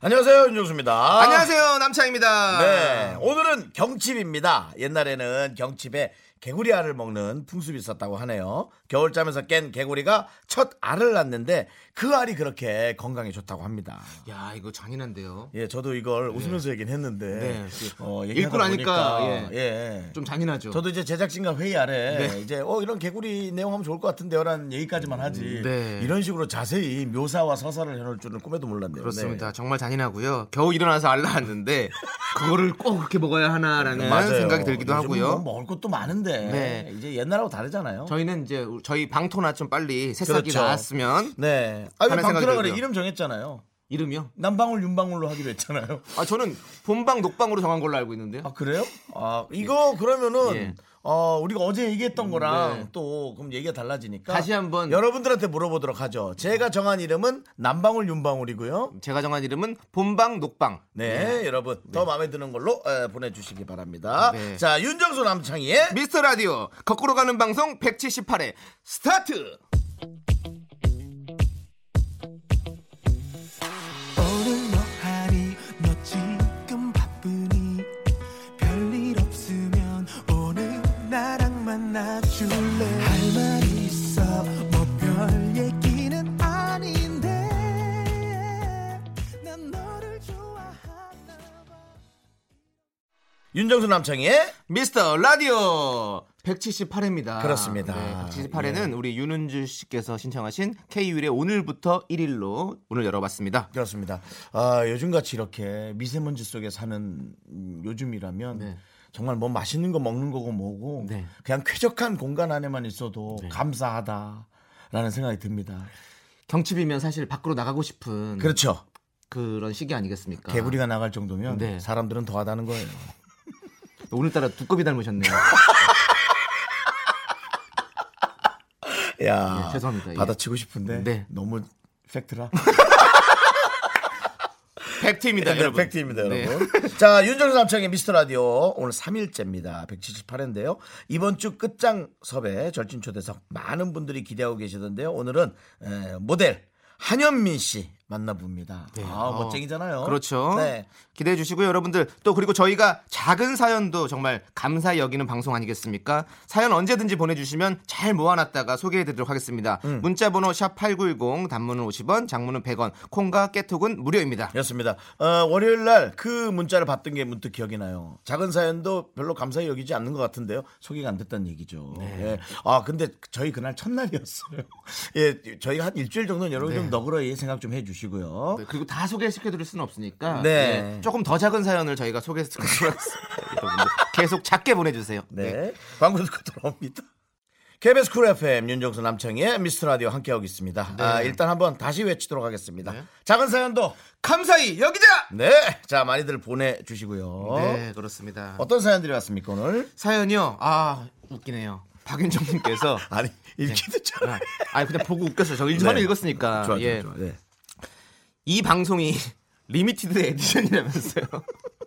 안녕하세요 윤종수입니다. 안녕하세요 남창입니다. 아. 네, 오늘은 경칩입니다. 옛날에는 경칩에 개구리 알을 먹는 풍습이 있었다고 하네요. 겨울잠에서 깬 개구리가 첫 알을 낳는데 그 알이 그렇게 건강에 좋다고 합니다. 야 이거 잔인한데요. 예, 저도 이걸 웃으면서 얘기는 했는데 어, 네. 얘기하다 읽고 나니까, 보니까, 예. 예. 좀 잔인하죠. 저도 이제 제작진과 회의 아래 네. 이제 어 이런 개구리 내용 하면 좋을 것 같은데요라는 얘기까지만 하지 네. 이런 식으로 자세히 묘사와 서사를 해놓을 줄은 꿈에도 몰랐네요. 그렇습니다. 정말 잔인하고요. 겨우 일어나서 알 낳았는데 그거를 꼭 그렇게 먹어야 하나라는 네. 맞아요. 생각이 들기도 요즘은 하고요. 뭐 먹을 것도 많은데 네. 이제 옛날하고 다르잖아요. 저희는 이제 저희 방토나 좀 빨리 새싹이 그렇죠. 나왔으면 네. 아유 하는 생각이 방토라 그래 들고요. 이름 정했잖아요. 이름이요. 남방울 윤방울로 하기로 했잖아요. 아 저는 본방 녹방으로 정한 걸로 알고 있는데요. 아 그래요? 아 이거 그러면은 예. 어 우리가 어제 얘기했던 거랑 네. 또 그럼 얘기가 달라지니까 다시 한번. 여러분들한테 물어보도록 하죠. 제가 정한 이름은 남방울 윤방울이고요. 제가 정한 이름은 본방 녹방. 네, 여러분 더 마음에 드는 걸로 에, 보내주시기 바랍니다. 네. 자 윤정수 남창희의 미스터 라디오 거꾸로 가는 방송 178회 스타트. 오늘 너 하니 너 지금 바쁘니 별일 없으면 오늘 나랑 만나줄래 할 말 있어 뭐 별 얘기는 아닌데 난 너를 좋아하나 봐 윤정수 남창희의 미스터 라디오 178회입니다. 그렇습니다. 예. 178회는 우리 윤은주 씨께서 신청하신 K율의 오늘부터 1일로 오늘 열어봤습니다. 그렇습니다. 아, 요즘같이 이렇게 미세먼지 속에 사는 음, 요즘이라면 네. 정말 뭐 맛있는 거 먹는 거고 뭐고 네. 그냥 쾌적한 공간 안에만 있어도 감사하다라는 생각이 듭니다. 음. 경칩이면 사실 밖으로 나가고 싶은 그렇죠. 런 시기 아니겠습니까? 개구리가 나갈 정도면 그러니까. 네. 사람들은 더하다는 거예요. 오늘따라 두꺼비 닮으셨네요. 야, 예, 죄송합니다. 예. 받아치고 싶은데 네. 너무 팩트라. 팩트입니다, 네, 여러분. 팩트입니다, 네. 여러분. 자, 윤정수 남창의 미스터 라디오 오늘 3일째입니다. 178회인데요. 이번 주 끝장 섭외 절친 초대석 많은 분들이 기대하고 계시던데요. 오늘은 에, 모델 한현민 씨 만나봅니다. 아, 어, 멋쟁이잖아요. 그렇죠. 네. 기대해 주시고요, 여러분들. 또 그리고 저희가 작은 사연도 정말 감사히 여기는 방송 아니겠습니까? 사연 언제든지 보내주시면 잘 모아놨다가 소개해 드리도록 하겠습니다. 문자번호 샵8910 단문은 50원, 장문은 100원, 콩과 깨톡은 무료입니다. 였습니다. 어, 월요일 날 그 문자를 받던 게 문득 기억이 나요. 작은 사연도 별로 감사히 여기지 않는 것 같은데요. 소개가 안 됐다는 얘기죠. 네. 예. 아 근데 저희 그날 첫날이었어요. 예, 저희가 한 일주일 정도는 여러분 좀 너그러이 생각 좀 해주시고요. 네, 그리고 다 소개시켜 드릴 수는 없으니까 네. 네, 조금 더 작은 사연을 저희가 소개시켜 드렸습니다. 여러분들 계속 작게 보내주세요. 네. 광고 듣고 돌아옵니다. KBS 쿨 FM 윤정수 남창희의 미스터 라디오 함께하고 네. 있습니다. 아, 일단 한번 다시 외치도록 하겠습니다. 작은 사연도 감사히 여기자. 네, 자 많이들 보내주시고요. 네, 그렇습니다. 어떤 사연들이 왔습니까 오늘? 사연이요. 아 웃기네요. 박윤정님께서 아니 읽기도 잘. 아, 아니 그냥 보고 웃겼어요. 저 일전에 네. 읽었으니까. 좋아, 좋아, 예. 좋아. 네. 이 방송이 리미티드 에디션이라면서요.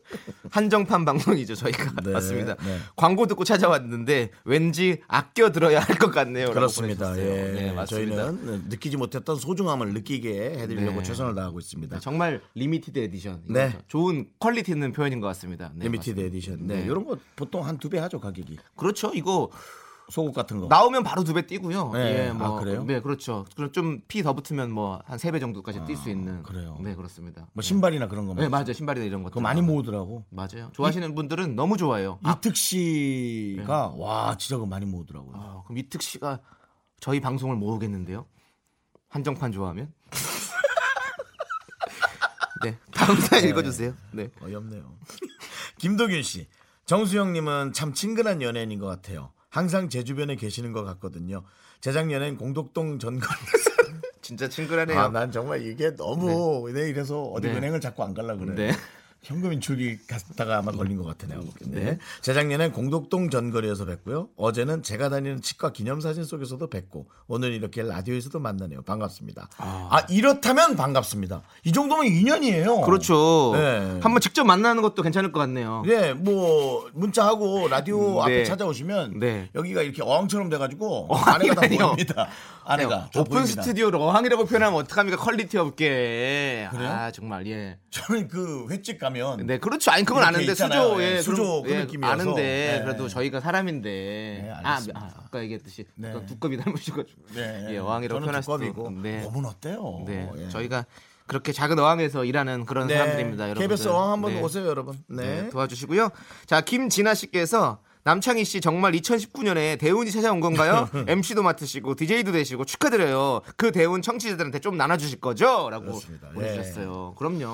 한정판 방송이죠 저희가 네, 맞습니다. 네. 광고 듣고 찾아왔는데 왠지 아껴 들어야 할 것 같네요. 그렇습니다. 예. 네, 맞습니다. 저희는 느끼지 못했던 소중함을 느끼게 해드리려고 네. 최선을 다하고 있습니다. 네, 정말 리미티드 에디션. 이거죠. 네. 좋은 퀄리티 있는 표현인 것 같습니다. 네, 리미티드 맞습니다. 에디션. 네. 네. 이런 거 보통 한 두 배 하죠 가격이. 그렇죠. 이거 속옷 같은 거. 나오면 바로 두 배 뛰고요. 네. 예, 뭐, 아, 그래요? 네, 그렇죠. 그럼 좀 피 더 붙으면 뭐 한 세 배 정도까지 뛸 수 있는. 아, 그래요? 네, 그렇습니다. 뭐 신발이나 그런 거. 네, 네, 맞아요. 네. 신발이나 이런 것도 그거 많이 모으더라고. 맞아요. 좋아하시는 분들은 너무 좋아요. 아, 이특 씨가 와 진짜 그거 많이 모으더라고요. 아, 그럼 이특 씨가 저희 방송을 모으겠는데요. 한정판 좋아하면. 네, 다음 사연 읽어주세요. 네. 아, 어이없네요. 김도균 씨, 정수영님은 참 친근한 연예인인 것 같아요. 항상 제 주변에 계시는 것 같거든요. 재작년엔 공덕동 전건 진짜 친근하네요. 아, 난 정말 이게 너무 내 이래서 어디 네. 은행을 자꾸 안 갈라 그래. 네. 현금 인출이 갔다가 아마 걸린 것 같아요. 네. 재작년엔 공덕동 전거리에서 뵀고요. 어제는 제가 다니는 치과 기념사진 속에서도 뵙고 오늘 이렇게 라디오에서도 만나네요. 반갑습니다. 아, 이렇다면 반갑습니다. 이 정도면 인연이에요. 그렇죠. 네. 한번 직접 만나는 것도 괜찮을 것 같네요. 예, 뭐 문자하고 라디오 네. 앞에 찾아오시면 네. 여기가 이렇게 어항처럼 돼가지고 어항이 아내가 다 아니에요. 보입니다. 아내가 다 네, 오픈 보입니다. 스튜디오로 어항이라고 표현하면 어떡합니까? 퀄리티 없게. 아, 정말, 예. 저는 그 횟집 가면 네, 그렇죠. 아니, 그건 이렇게 아는데, 있잖아요. 수조, 예, 예. 수조 그럼, 그 느낌이어서. 아는데, 네. 그래도 저희가 사람인데. 네, 아, 알겠습니다. 아, 아까 얘기했듯이. 네. 약간 두꺼비 닮으셔가지고. 네, 예, 어항이라고 저는 표현할 수도 두꺼비고 네. 몸은 어때요? 네. 예. 저희가 그렇게 작은 어항에서 일하는 그런 네, 사람들입니다, 여러분. KBS 어항 한번 오세요, 여러분. 네. 네, 도와주시고요. 자, 김진아 씨께서 남창희 씨 정말 2019년에 대운이 찾아온 건가요? MC도 맡으시고 DJ도 되시고 축하드려요. 그 대운 청취자들한테 좀 나눠주실 거죠?라고 그렇습니다. 예. 보내주셨어요. 그럼요.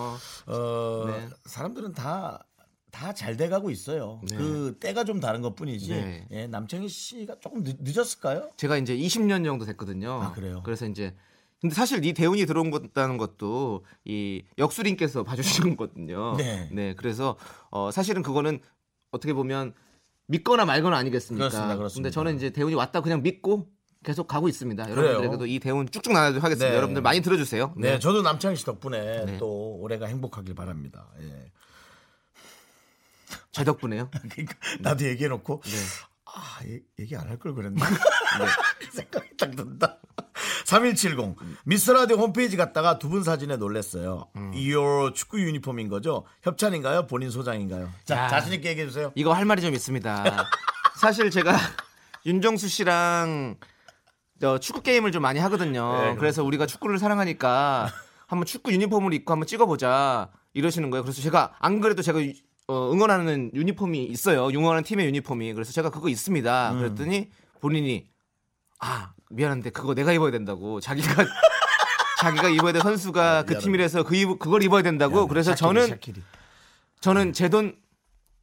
어, 네. 사람들은 다. 다 잘 돼가고 있어요. 그 때가 좀 다른 것 뿐이지. 네. 예, 남창희 씨가 조금 늦, 늦었을까요? 제가 이제 20년 정도 됐거든요. 아, 그래요? 그래서 이제 근데 사실 이 대운이 들어온 것다는 것도 이 역수님께서 봐주신 거거든요. 네. 그래서 어, 사실은 그거는 어떻게 보면 믿거나 말거나 아니겠습니까? 그렇습니다, 그렇습니다. 근데 저는 이제 대운이 왔다 그냥 믿고 계속 가고 있습니다. 여러분들에게도 이 대운 쭉쭉 나눠주도록 하겠습니다. 네. 여러분들 많이 들어주세요. 네, 저도 남창희 씨 덕분에 네. 또 올해가 행복하길 바랍니다. 예. 제 덕분에요. 그러니까 나도 얘기해놓고 네. 아 얘- 얘기 안 할 걸 그랬나 그 생각이 딱 든다 3170 미스터라디오 홈페이지 갔다가 두 분 사진에 놀랬어요 이요 축구 유니폼인 거죠 협찬인가요 본인 소장인가요 자 야. 자신 있게 얘기해 주세요 이거 할 말이 좀 있습니다. 사실 제가 윤정수 씨랑 저 축구 게임을 좀 많이 네, 하거든요. 그래서 우리가 축구를 사랑하니까 한번 축구 유니폼을 입고 한번 찍어보자 이러시는 거예요. 그래서 제가 안 그래도 제가 유- 어, 응원하는 유니폼이 있어요. 응원하는 팀의 유니폼이. 그래서 제가 그거 음. 있습니다. 그랬더니 본인이 아 미안한데 그거 내가 입어야 된다고 자기가 자기가 입어야 될 선수가 아, 그 팀이라서 그 입, 그걸 입어야 된다고 그래서 저는 샤키리. 저는 제 돈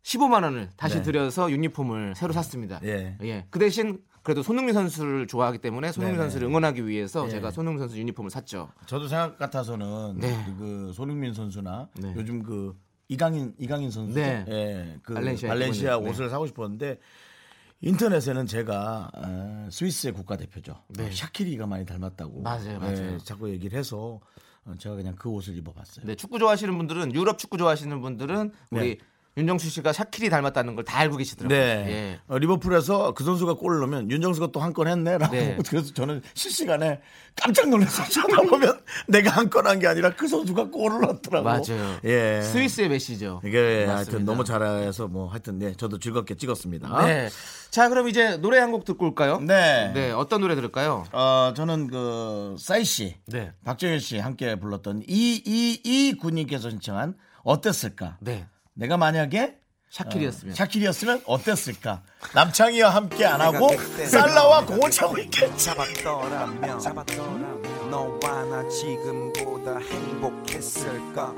15만 원을 다시 들여서 유니폼을 새로 샀습니다. 네. 예. 그 대신 그래도 손흥민 선수를 좋아하기 때문에 손흥민 네네. 선수를 응원하기 위해서 예. 네. 제가 손흥민 선수 유니폼을 샀죠. 저도 생각 같아서는 네. 그 손흥민 선수나 네. 요즘 그 이강인 이강인 선수 네. 예, 그 발렌시아, 발렌시아 네. 입고 있는, 옷을 사고 싶었는데 인터넷에는 제가 어, 스위스의 국가대표죠 샤키리가 많이 닮았다고 네. 예, 맞아요, 맞아요. 자꾸 얘기를 해서 어, 제가 그냥 그 옷을 입어봤어요. 네, 축구 좋아하시는 분들은 유럽 축구 좋아하시는 분들은 우리 윤정수 씨가 샤키리 닮았다는 걸 다 알고 계시더라고요. 네. 예. 어, 리버풀에서 그 선수가 골을 넣으면 윤정수가 또 한 건 했네라고. 네. 그래서 저는 실시간에 깜짝 놀라서 쳐다보면 내가 한 건 한 게 아니라 그 선수가 골을 넣더라고. 맞아요. 예. 스위스의 메시죠. 이게 하여튼 맞습니다. 너무 잘해서 뭐 하여튼 네 저도 즐겁게 찍었습니다. 네. 자, 그럼 이제 노래 한 곡 듣고 올까요? 네. 네, 어떤 노래 들을까요? 어 저는 그 사이 씨, 네. 박정현 씨 함께 불렀던 이이이 군님께서 신청한 어땠을까? 네. 내가 만약에 어, 샤키리였으면. 아, 샤킬이었으면 어땠을까? 남창희와 함께 안 하고 살라와 공을 차고 있겠지. 잡았더라면 잡았더라면 너와 나 지금보다 행복했을까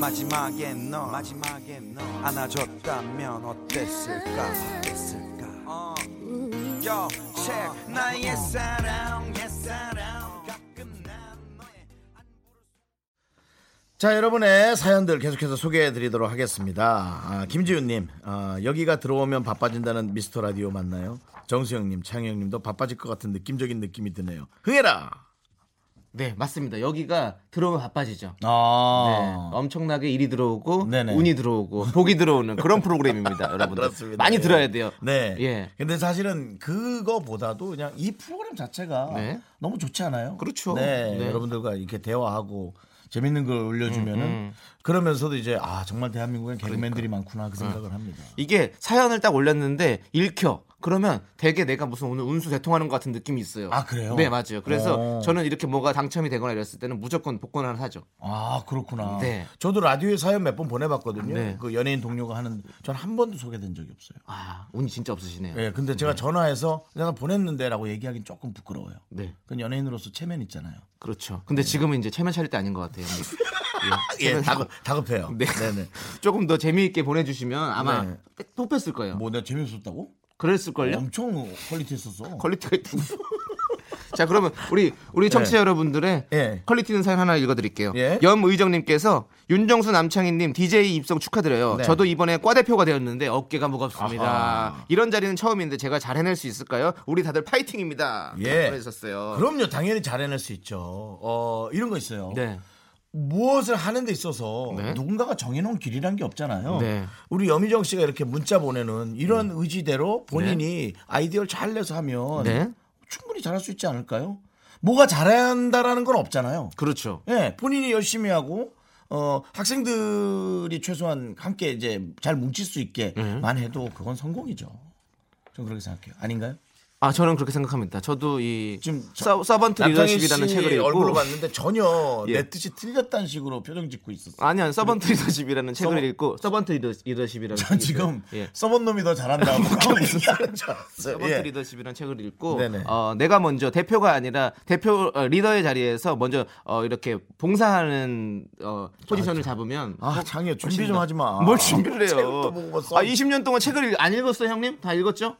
마지막엔 너 마지막엔 너 안아줬다면 어땠을까 어땠을까 어. Yo, check. 나의 사랑 내 사랑 가끔 난 너의 자, 여러분의 사연들 계속해서 소개해 드리도록 하겠습니다. 아, 김지윤님, 아, 여기가 들어오면 바빠진다는 미스터 라디오 맞나요? 정수영님, 창영님도 바빠질 것 같은 느낌적인 느낌이 드네요. 흥해라! 네, 맞습니다. 여기가 들어오면 바빠지죠. 아, 네, 엄청나게 일이 들어오고 네네. 운이 들어오고 복이 들어오는 그런 프로그램입니다, 여러분들. 그렇습니다. 많이 예. 들어야 돼요. 네. 예. 근데 사실은 그거보다도 그냥 이 프로그램 자체가 네. 너무 좋지 않아요? 그렇죠. 네. 네. 여러분들과 이렇게 대화하고 재밌는 걸 올려주면은 음, 그러면서도 이제 아, 정말 대한민국엔 그러니까. 개그맨들이 많구나 그 생각을 합니다. 이게 사연을 딱 올렸는데 읽혀. 그러면 되게 내가 무슨 오늘 운수 대통하는 것 같은 느낌이 있어요. 아, 그래요? 네, 맞아요. 그래서 오. 저는 이렇게 뭐가 당첨이 되거나 이랬을 때는 무조건 복권 하나 사죠. 아 그렇구나. 네. 저도 라디오에 사연 몇 번 보내봤거든요. 네. 그 연예인 동료가 하는 전 한 번도 소개된 적이 없어요. 아, 운이 진짜 없으시네요. 예, 근데 제가 전화해서 내가 보냈는데라고 얘기하긴 조금 부끄러워요. 네. 그건 연예인으로서 체면 있잖아요. 그렇죠. 근데 지금은 이제 체면 차릴 때 아닌 것 같아요. 예. 예, 체면 다급, 다급해요. 네. 네네. 조금 더 재미있게 보내주시면 아마 네. 뽑혔을 거예요. 뭐 내가 재밌었다고? 그랬을걸요? 엄청 퀄리티 있었어. 퀄리티가 있던데. 자, 그러면 우리 우리 청취자 여러분들의 예. 퀄리티 있는 사연 하나 읽어드릴게요. 예. 염의정님께서 윤정수 남창희님 DJ 입성 축하드려요. 네. 저도 이번에 과 대표가 되었는데 어깨가 무겁습니다. 이런 자리는 처음인데 제가 잘 해낼 수 있을까요? 우리 다들 파이팅입니다. 예. 그러셨어요. 그럼요, 당연히 잘해낼 수 있죠. 어, 이런 거 있어요. 네. 무엇을 하는 데 있어서 네. 누군가가 정해놓은 길이란 게 없잖아요. 네. 우리 여미정 씨가 이렇게 문자 보내는 이런 의지대로 본인이 아이디어를 잘 내서 하면 네. 충분히 잘할 수 있지 않을까요? 뭐가 잘해야 한다라는 건 없잖아요. 그렇죠. 예, 본인이 열심히 하고 어 학생들이 최소한 함께 이제 잘 뭉칠 수 음. 있게만 해도 그건 성공이죠. 전 그렇게 생각해요. 아닌가요? 아 저는 그렇게 생각합니다. 저도 이 지금 서, 서번트 리더십이라는 책을 읽고 얼굴로 봤는데 전혀 예. 내 뜻이 틀렸다는 식으로 표정 짓고 있었어. 아니 아니 서번트 리더십이라는 책을 서번- 읽고 서번트 리더, 리더십이라는 전 책이 지금 있어요. 예. 써본 놈이 더 잘한다고 얘기하는 줄 알았어요. 서번트 예. 리더십이라는 책을 읽고 네네. 어, 내가 먼저 대표가 아니라 대표 어, 리더의 자리에서 먼저 어, 이렇게 봉사하는 어, 포지션을 잡으면 아, 장이야 준비 좀 하지 마. 뭘 준비를 해요? 책도 못 봤어. 아 20년 동안 책을 읽- 안 읽었어요 형님? 다 읽었죠?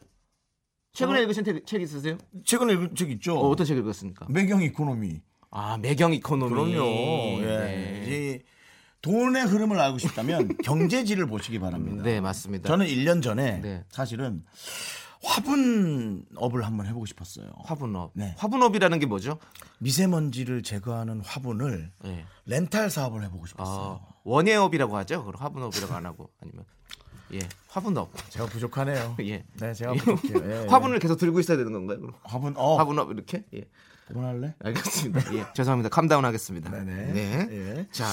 최근에 읽으신 책, 책 있으세요? 최근에 읽은 책 있죠. 어, 어떤 책 읽었습니까? 매경 이코노미. 아 매경 이코노미 그럼요. 예. 네. 이 돈의 흐름을 알고 싶다면 경제지를 보시기 바랍니다. 네 맞습니다. 저는 1년 전에 네. 사실은 화분업을 한번 해보고 싶었어요. 화분업. 네. 화분업이라는 게 뭐죠? 미세먼지를 제거하는 화분을 예. 렌탈 사업을 해보고 싶었어요. 아, 원예업이라고 하죠. 그걸 화분업이라고 안 하고 아니면 예 화분업. 제가 부족하네요. 예. 네, 제가 부족해요. 예, 예. 화분을 계속 들고 있어야 되는 건가요? 그럼? 화분, 어, 화분업 이렇게? 예. 그만할래? 알겠습니다. 예. 죄송합니다. 캄다운 하겠습니다. 네네. 네. 예. 자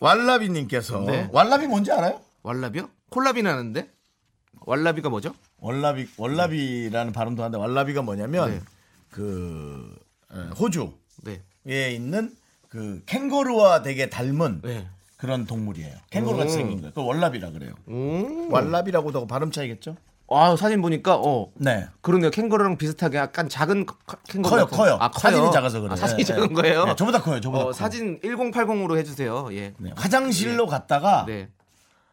왈라비님께서 네. 왈라비 뭔지 알아요? 왈라비요? 콜라비는 아는데 왈라비가 뭐죠? 월라비 월라비라는 발음도 하는데 왈라비가 뭐냐면 네. 그 에, 호주에 네. 있는 그 캥거루와 되게 닮은 네. 그런 동물이에요. 캥거루 같이 오. 음. 생긴 거예요. 그걸 월라비라 그래요. 오. 왈라비라고도 하고 발음 차이겠죠? 아 사진 보니까 어. 네. 그러네요. 캥거루랑 비슷하게 약간 작은 커- 캥거루. 커요, 같은- 커요. 아, 커요. 사진이 작아서 그래요. 아, 사진이 네, 작은 네. 거예요. 네, 저보다 커요. 저보다 어, 커요. 사진 1080으로 해주세요. 예. 네, 화장실로 갔다가 네.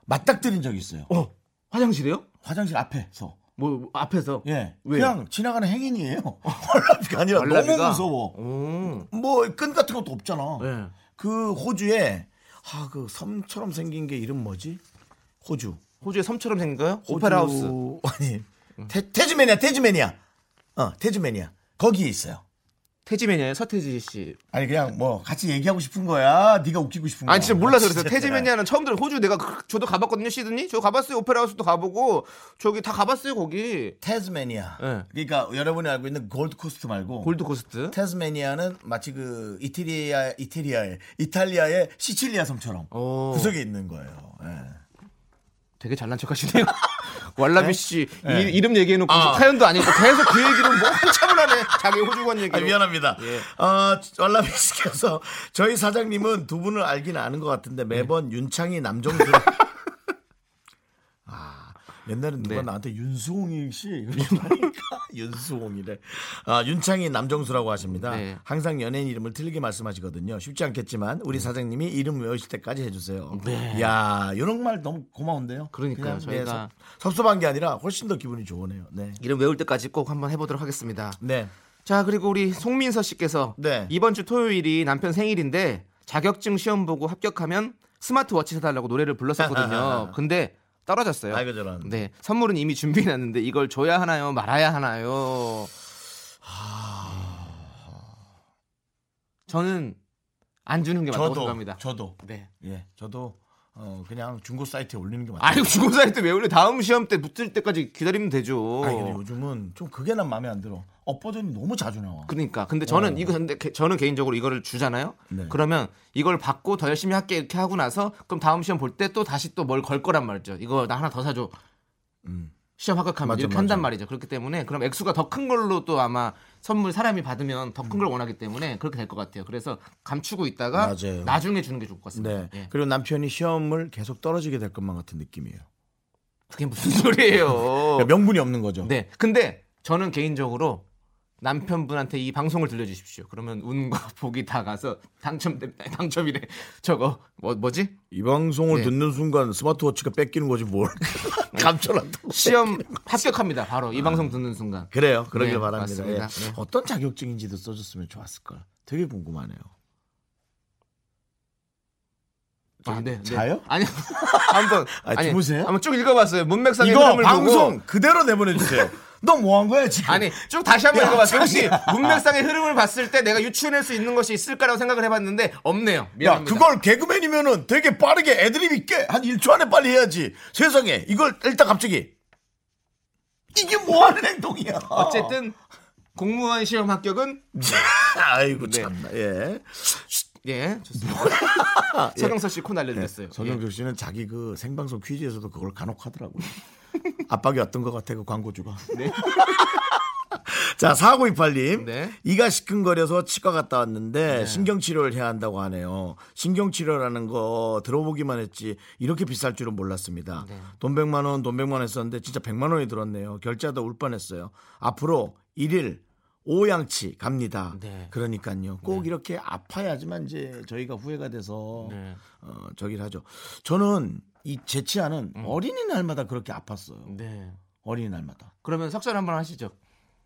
맞닥뜨린 적이 있어요. 어 화장실이요? 화장실 앞에서. 뭐, 뭐 앞에서? 예. 왜요? 어. 그냥 지나가는 행인이에요. 월라비가 아니라 너무 월라비가? 무서워. 오. 뭐 끈 같은 것도 없잖아. 네. 그 호주에 아 그 섬처럼 생긴 게 이름 뭐지? 호주. 호주의 섬처럼 생긴 거요? 호주- 오페라 하우스. 아니 태, 태즈메니아 태즈메니아. 어 태즈메니아 거기 있어요. 태지매니아의 서태지 씨. 아니 그냥 뭐 같이 얘기하고 싶은 거야. 네가 웃기고 싶은 거야. 아니 어, 진짜 몰라서 그래서 진짜. 태지매니아는 처음 들어. 호주 내가 그- 저도 가봤거든요 시드니. 저 가봤어요 오페라 하우스도 가보고 저기 다 가봤어요 거기. 태즈메니아. 네. 그러니까 여러분이 알고 있는 골드 코스트 말고 골드 코스트. 태즈메니아는 마치 그 이태리아 이태리아의 이탈리아의 시칠리아 섬처럼 오. 구석에 있는 거예요. 예. 그 되게 잘난 척하시네요. 왈라비 씨 네. 이, 름 얘기해놓고 사연도 아니고 계속 그 얘기를 뭐 한참을 하네. 자기 호주관 얘기. 아, 미안합니다. 예. 어, 월라비 씨께서 저희 사장님은 두 분을 알긴 아는 것 같은데 매번 예. 윤창이 남정수. 아 옛날에 누가 네. 나한테 윤수홍이 씨 그러니까 윤수홍이래. 아 윤창이 남정수라고 하십니다. 네. 항상 연예인 이름을 틀리게 말씀하시거든요. 쉽지 않겠지만 네. 우리 사장님이 이름 외우실 때까지 해주세요. 야 이런 말 너무 고마운데요. 그러니까요, 그냥, 네, 저희가- 섭- 섭섭한 게 아니라 훨씬 더 기분이 좋으네요. 네. 이름 외울 때까지 꼭 한번 해보도록 하겠습니다. 네. 자 그리고 우리 송민서 씨께서 네. 이번 주 토요일이 남편 생일인데 자격증 시험 보고 합격하면 스마트워치 사달라고 노래를 불렀었거든요. 근데 떨어졌어요. 아이고, 저런. 네 선물은 이미 준비해놨는데 이걸 줘야 하나요 말아야 하나요? 아. 저는 안 주는 게 네, 맞다고 저도 생각합니다. 저도 네. 예, 저도 어, 그냥 중고 사이트에 올리는 게 맞다. 아이고 중고사일 때왜 원래 다음 시험 때 붙을 때까지 기다리면 되죠. 아니, 근데 요즘은 좀 그게 난 마음에 안 들어. 업 버전이 너무 자주 나와. 그러니까 근데 저는 이거 근데 개- 저는 개인적으로 이거를 주잖아요. 어. 네. 그러면 이걸 받고 더 열심히 할게 이렇게 하고 나서 그럼 다음 시험 볼 때 또 다시 또 뭘 걸 거란 말이죠. 이거 나 하나 더 사줘. 시험 합격하면 음. 맞아, 이렇게 한단 맞아. 말이죠. 그렇기 때문에 그럼 액수가 더 큰 걸로 또 아마 선물 사람이 받으면 더 큰 걸 원하기 때문에 그렇게 될 것 같아요. 그래서 감추고 있다가 음. 맞아요. 나중에 주는 게 좋을 것 같습니다. 네. 예. 그리고 남편이 시험을 계속 떨어지게 될 것만 같은 느낌이에요. 어. 그러니까 그게 무슨 소리예요? 네, 명분이 없는 거죠. 네. 근데 저는 개인적으로 남편분한테 이 방송을 들려주십시오. 그러면 운과 복이 다 가서 당첨 당첨이래. 저거 뭐 뭐지? 이 방송을 네. 듣는 순간 스마트워치가 뺏기는 거지 뭘 감춰놨다고 어, 아. 시험 합격합니다. 바로 이 방송 듣는 순간. 그래요 그러길 네, 바랍니다 예. 맞습니다. 네. 어떤 자격증인지도 써줬으면 좋았을 걸 되게 궁금하네요 아, 네, 네. 자요? 아니 한번 아, 주무세요? 한번 쭉 읽어봤어요. 문맥상의 이거 흐름을 방송 보고. 그대로 내보내주세요 너 뭐 한 거야 지금 아니 쭉 다시 한번 야, 읽어봤어요. 혹시 자기야. 아. 문맥상의 흐름을 봤을 때 내가 유추해낼 수 있는 것이 있을까라고 생각을 해봤는데 없네요. 야, 미안합니다. 그걸 개그맨이면은 되게 빠르게 애드립 있게 한 1초 안에 빨리 해야지. 세상에. 이걸 일단 갑자기. 이게 뭐 하는 행동이야. 어쨌든 공무원 시험 합격은 아이고, 네. 참나. 예. 예 좋습니다. 서경석 씨 코 날려드렸어요. 뭐? 예. 서경석 씨는 자기 그 생방송 퀴즈에서도 그걸 간혹 하더라고요. 압박이 어떤 것 같아, 그 광고주가. 자, 4928님. 네. 이가 시큰거려서 치과 갔다 왔는데 신경치료를 해야 한다고 하네요. 신경치료라는 거 들어보기만 했지 이렇게 비쌀 줄은 몰랐습니다. 네. 돈 100만 원, 돈 100만 원 했었는데 진짜 100만 원이 들었네요. 결제하다 울 뻔했어요. 앞으로 일일 오양치 갑니다. 네. 그러니까요. 꼭 이렇게 아파야지만 이제 저희가 후회가 돼서 네. 어, 저기를 하죠. 저는 이 제 치아는 음. 어린이날마다 그렇게 아팠어요. 네. 어린이날마다. 그러면 석절 한번 하시죠.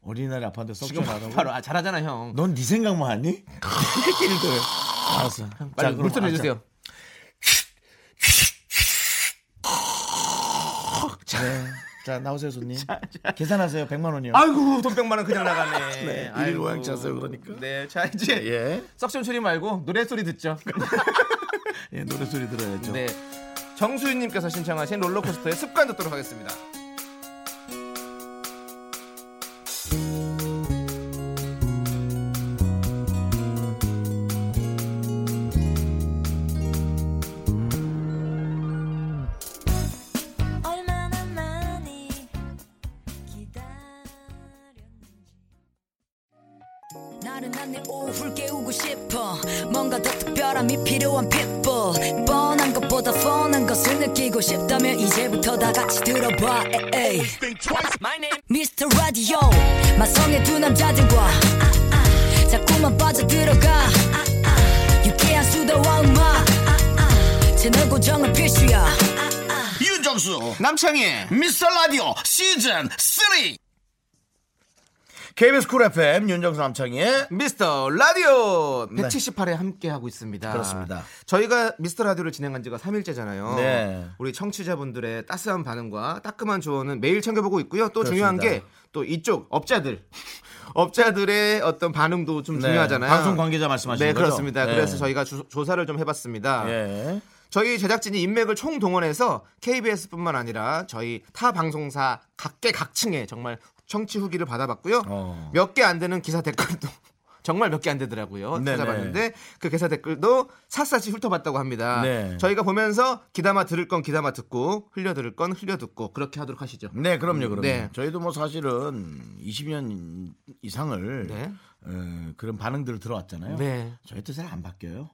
어린이날에 아팠는데 지금 썩지 말라고. 바로 아, 잘하잖아 형. 넌 네 생각만 하니? 일들. 알았어. 빨리 물좀 내주세요. 자, 네. 자 나오세요 손님. 계산하세요 100만 원이요. 아이고 돈 100만 원 그냥 나가네. 네, 아이고. 일일 모양 짰어요, 그러니까. 네, 자 이제 예. 석션 추리 말고 노래 소리 듣죠. 예, 노래 소리 들어야죠. 네. 정수윤님께서 신청하신 롤러코스터의 습관 듣도록 하겠습니다. 얼마나 많이 기다렸는지 나른한 내 오후를 깨우고 싶어 뭔가 더 특별함이 필요한 people 뻔한 것보다 뻔한 것을 느끼고 싶다면 이제부터 다 같이 들어봐 에이. Mr. Radio 마성의 두 남자들과 아, 아. 자꾸만 빠져들어가 아, 아. 유쾌한 수다와 음악 아, 아. 채널 고정은 필수야 아, 윤정수 남창희. 미스터 라디오 시즌 3. KBS 쿨 FM 윤정수 남창희의 미스터 라디오 178회 함께 하고 있습니다. 네. 그렇습니다. 저희가 미스터 라디오를 진행한 지가 3일째잖아요. 네. 우리 청취자분들의 따스한 반응과 따끔한 조언은 매일 챙겨보고 있고요. 또 중요한 게 그렇습니다. 또 이쪽 업자들 업자들의 어떤 반응도 네, 좀 음, 중요하잖아요. 방송 관계자 말씀하시는 네, 거죠? 그렇습니다. 네. 그래서 저희가 조- 조사를 좀 해봤습니다. 예. 저희 제작진이 인맥을 총동원해서 KBS뿐만 아니라 저희 타 방송사 각계각층에 정말 청취 후기를 받아봤고요. 어. 몇 개 안 되는 기사 댓글도 정말 몇 개 안 되더라고요. 네네. 찾아봤는데 그 기사 댓글도 샅샅이 훑어봤다고 합니다. 네. 저희가 보면서 기담아 들을 건 기담아 듣고 흘려 들을 건 흘려 듣고 그렇게 하도록 하시죠. 네, 그럼요, 그럼요. 네. 저희도 뭐 사실은 20년 이상을 네. 에, 그런 반응들을 들어왔잖아요. 네. 저희도 잘 안 바뀌어요.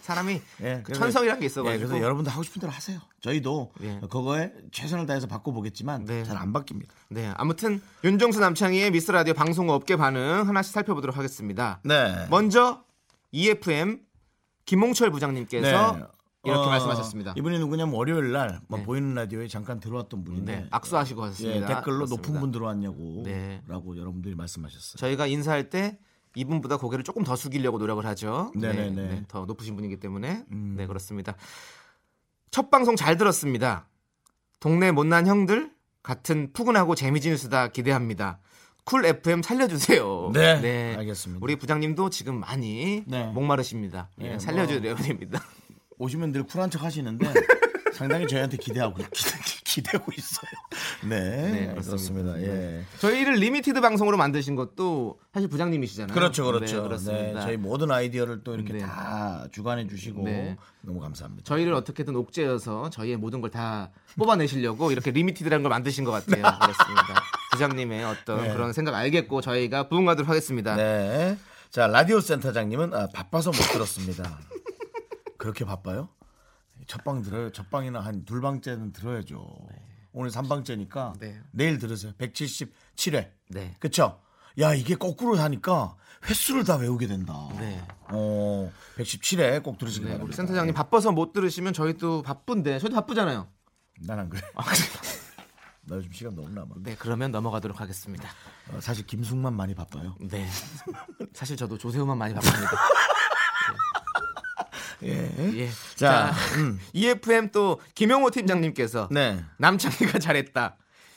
사람이 예, 그 그래서- 천성이라는 게 예, 있어가지고 그래서 여러분도 하고 싶은 대로 하세요. 저희도 예. 그거에 최선을 다해서 바꿔보겠지만 네. 잘 안 바뀝니다. 네 아무튼 윤정수 남창희의 미스 라디오 방송 업계 반응 하나씩 살펴보도록 하겠습니다. 네. 먼저 EFM 김홍철 부장님께서 이렇게 어, 말씀하셨습니다. 이분이 누구냐면 월요일 날 뭐 네. 보이는 라디오에 잠깐 들어왔던 분인데 네, 악수하시고 예, 하셨습니다. 댓글로 그렇습니다. 높은 분 들어왔냐고 네. 라고 여러분들이 말씀하셨어요. 저희가 인사할 때 이분보다 고개를 조금 더 숙이려고 노력을 하죠. 네네네. 음. 더 높으신 분이기 때문에 네 그렇습니다. 첫 방송 잘 들었습니다. 동네 못난 형들 같은 푸근하고 재미진 수다 기대합니다. 쿨 FM 살려주세요. 네, 알겠습니다. 우리 부장님도 지금 많이 네. 목마르십니다. 네, 예, 뭐. 살려줘야 됩니다. 오시면 늘 쿨한 척 하시는데 상당히 저희한테 기대하고 기, 대고 있어요. 네, 네, 그렇습니다. 그렇습니다. 예. 저희를 리미티드 방송으로 만드신 것도 사실 부장님이시잖아요. 그렇죠, 네, 그렇죠. 네, 그렇습니다. 저희 모든 아이디어를 또 이렇게 네. 다 주관해 주시고 네. 너무 감사합니다. 저희를 어떻게든 옥죄어서 저희의 모든 걸 다 뽑아내시려고 이렇게 리미티드라는 걸 만드신 것 같아요. 그렇습니다. 부장님의 어떤 네. 그런 생각 알겠고 저희가 부응하도록 하겠습니다. 네. 자, 라디오 센터장님은 아, 바빠서 못 들었습니다. 그렇게 바빠요? 첫 방 들어요. 첫 방이나 한 둘 방째는 들어야죠. 오늘 3방째니까 네. 내일 들으세요. 177회. 네. 그쵸? 야, 이게 거꾸로 하니까 횟수를 다 외우게 된다. 어, 117회 꼭 들으시기 네, 우리 바랍니다. 센터장님 바빠서 못 들으시면 저희도 바쁜데 저희도 바쁘잖아요. 난 안 그래. 아, 나 요즘 시간 너무 남아. 네, 그러면 넘어가도록 하겠습니다. 어, 사실 김숙만 많이 바빠요. 네. 사실 저도 조세호만 많이 바쁩니다. 예. 예. 자, 음. 자, EFM 또 김용호 팀장님께서 네. 남창이가 잘했다.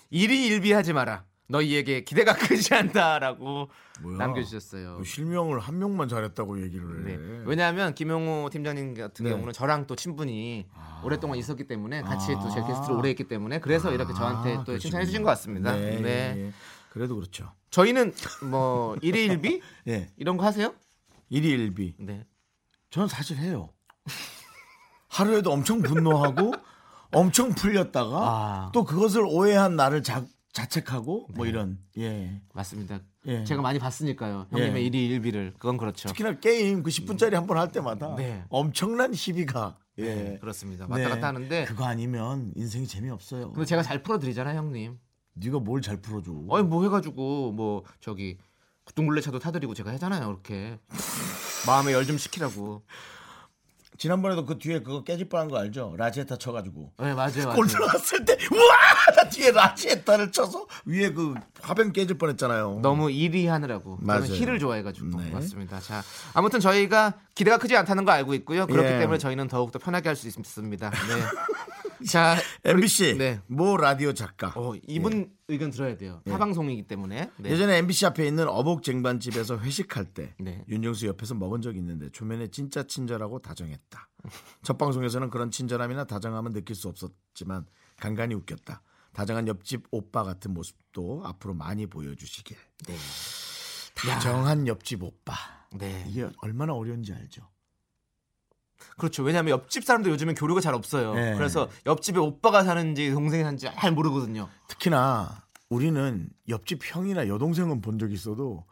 일이 일비하지 마라. 너희에게 기대가 크지 않다라고 뭐야? 남겨주셨어요. 뭐 실명을 한 명만 잘했다고 얘기를 네. 해. 왜냐하면 김용호 팀장님 같은 네. 경우는 저랑 또 친분이 오랫동안 있었기 때문에 같이 아. 또 제 게스트로 오래 했기 때문에 그래서 이렇게 저한테 또 그러시군요. 칭찬해 주신 것 같습니다. 그렇죠. 네, 네. 예, 예. 그래도 그렇죠. 저희는 뭐 일일비 예. 이런 거 하세요? 일일비. 네. 저는 사실 해요. 하루에도 엄청 분노하고 엄청 풀렸다가 아. 또 그것을 오해한 나를 자, 자책하고 네. 뭐 이런 예 맞습니다. 예. 제가 많이 봤으니까요. 형님의 예. 일이 일비를 그건 그렇죠. 특히나 게임 그 10분짜리 한 번 할 때마다 네. 엄청난 시비가 예 네, 그렇습니다. 왔다 갔다 하는데 그거 아니면 인생이 재미없어요. 근데 제가 잘 풀어드리잖아요, 형님. 네가 뭘 잘 풀어줘? 어이 뭐 해가지고 뭐 저기 구둥굴레 차도 타드리고 제가 하잖아요, 이렇게 마음에 열 좀 식히라고. 지난번에도 그 뒤에 그거 깨질 뻔한 거 알죠? 라지에타 쳐가지고 네 맞아요, 맞아요. 골 들어갔을 때 우와 나 뒤에 라지에타를 쳐서 위에 그 화병 깨질 뻔했잖아요. 너무 일이 하느라고 맞아요. 저는 힐을 좋아해가지고 네. 맞습니다. 자 아무튼 저희가 기대가 크지 않다는 거 알고 있고요. 그렇기 예. 때문에 저희는 더욱 더 편하게 할 수 있습니다. 네. 자 MBC 네. 모 라디오 작가 어, 이분 의견 들어야 돼요. 타방송이기 때문에. 네. 예전에 MBC 앞에 있는 어복 쟁반집에서 회식할 때 네. 윤정수 옆에서 먹은 적이 있는데 초면에 진짜 친절하고 다정했다. 첫 방송에서는 그런 친절함이나 다정함은 느낄 수 없었지만 간간히 웃겼다. 다정한 옆집 오빠 같은 모습도 앞으로 많이 보여주시길. 네. 다정한 옆집 오빠. 네. 이게 얼마나 어려운지 알죠? 그렇죠. 왜냐하면 옆집 사람들 요즘엔 교류가 잘 없어요. 네. 그래서 옆집에 오빠가 사는지 동생이 사는지 잘 모르거든요. 특히나 우리는 옆집 형이나 여동생은 본 적이 있어도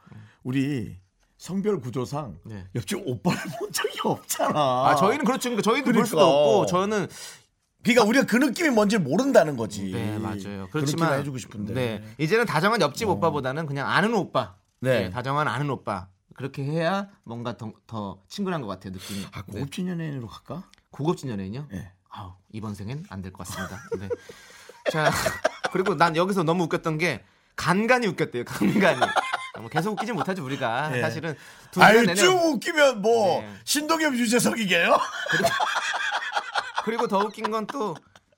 우리 성별 구조상 네. 옆집 오빠를 본 적이 없잖아. 아, 저희는 그렇죠. 그러니까 저희도 볼 수도 그러니까. 없고 저는 그러니까 우리가 그 느낌이 뭔지 모른다는 거지. 네 맞아요. 그 그렇지만 느낌을 해주고 싶은데. 어. 네. 이제는 다정한 옆집 오빠보다는 그냥 아는 오빠. 네. 네. 다정한 아는 오빠. 그렇게 해야 뭔가 더, 더 친근한 것 같아요 느낌이. 아, 네. 고급진 연예인으로 갈까? 고급진 연예인요? 네. 아우, 이번 생엔 안 될 것 같습니다. 네. 자, 그리고 난 여기서 너무 웃겼던 게 간간이 웃겼대요. 간간이. 뭐 계속 웃기지 못하죠 우리가 네. 사실은 두 시간 내내 알쭉 웃기면 뭐 네. 신동엽 유재석이게요? 그리고 더 웃긴 건 또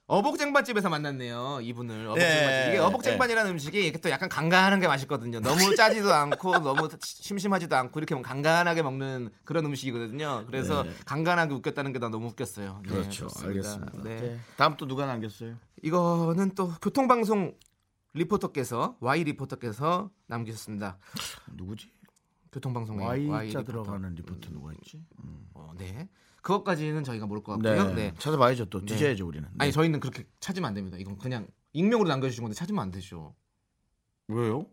어복쟁반집에서 만났네요 이분을 어복쟁반집 네. 이게 어복쟁반이라는 음식이 이게 또 약간 간간한 게 맛있거든요 너무 짜지도 않고 너무 심심하지도 않고 이렇게 뭐 간간하게 먹는 그런 음식이거든요 그래서 간간하게 웃겼다는 게 나 너무 웃겼어요 네, 그렇습니다. 네. 그렇죠. 다음 또 누가 남겼어요? 이거는 또 교통방송 리포터께서 Y 리포터께서 남기셨습니다. 누구지? 교통방송에 Y자 리포터. 들어가는 리포트 누가 있지? 어, 네. 그것까지는 저희가 모를 것 같고요. 네. 찾아봐야죠 또 네. 뒤져야죠 우리는. 아니 네. 저희는 그렇게 찾으면 안 됩니다. 이건 그냥 익명으로 남겨주신 건데 찾으면 안 되죠. 왜요?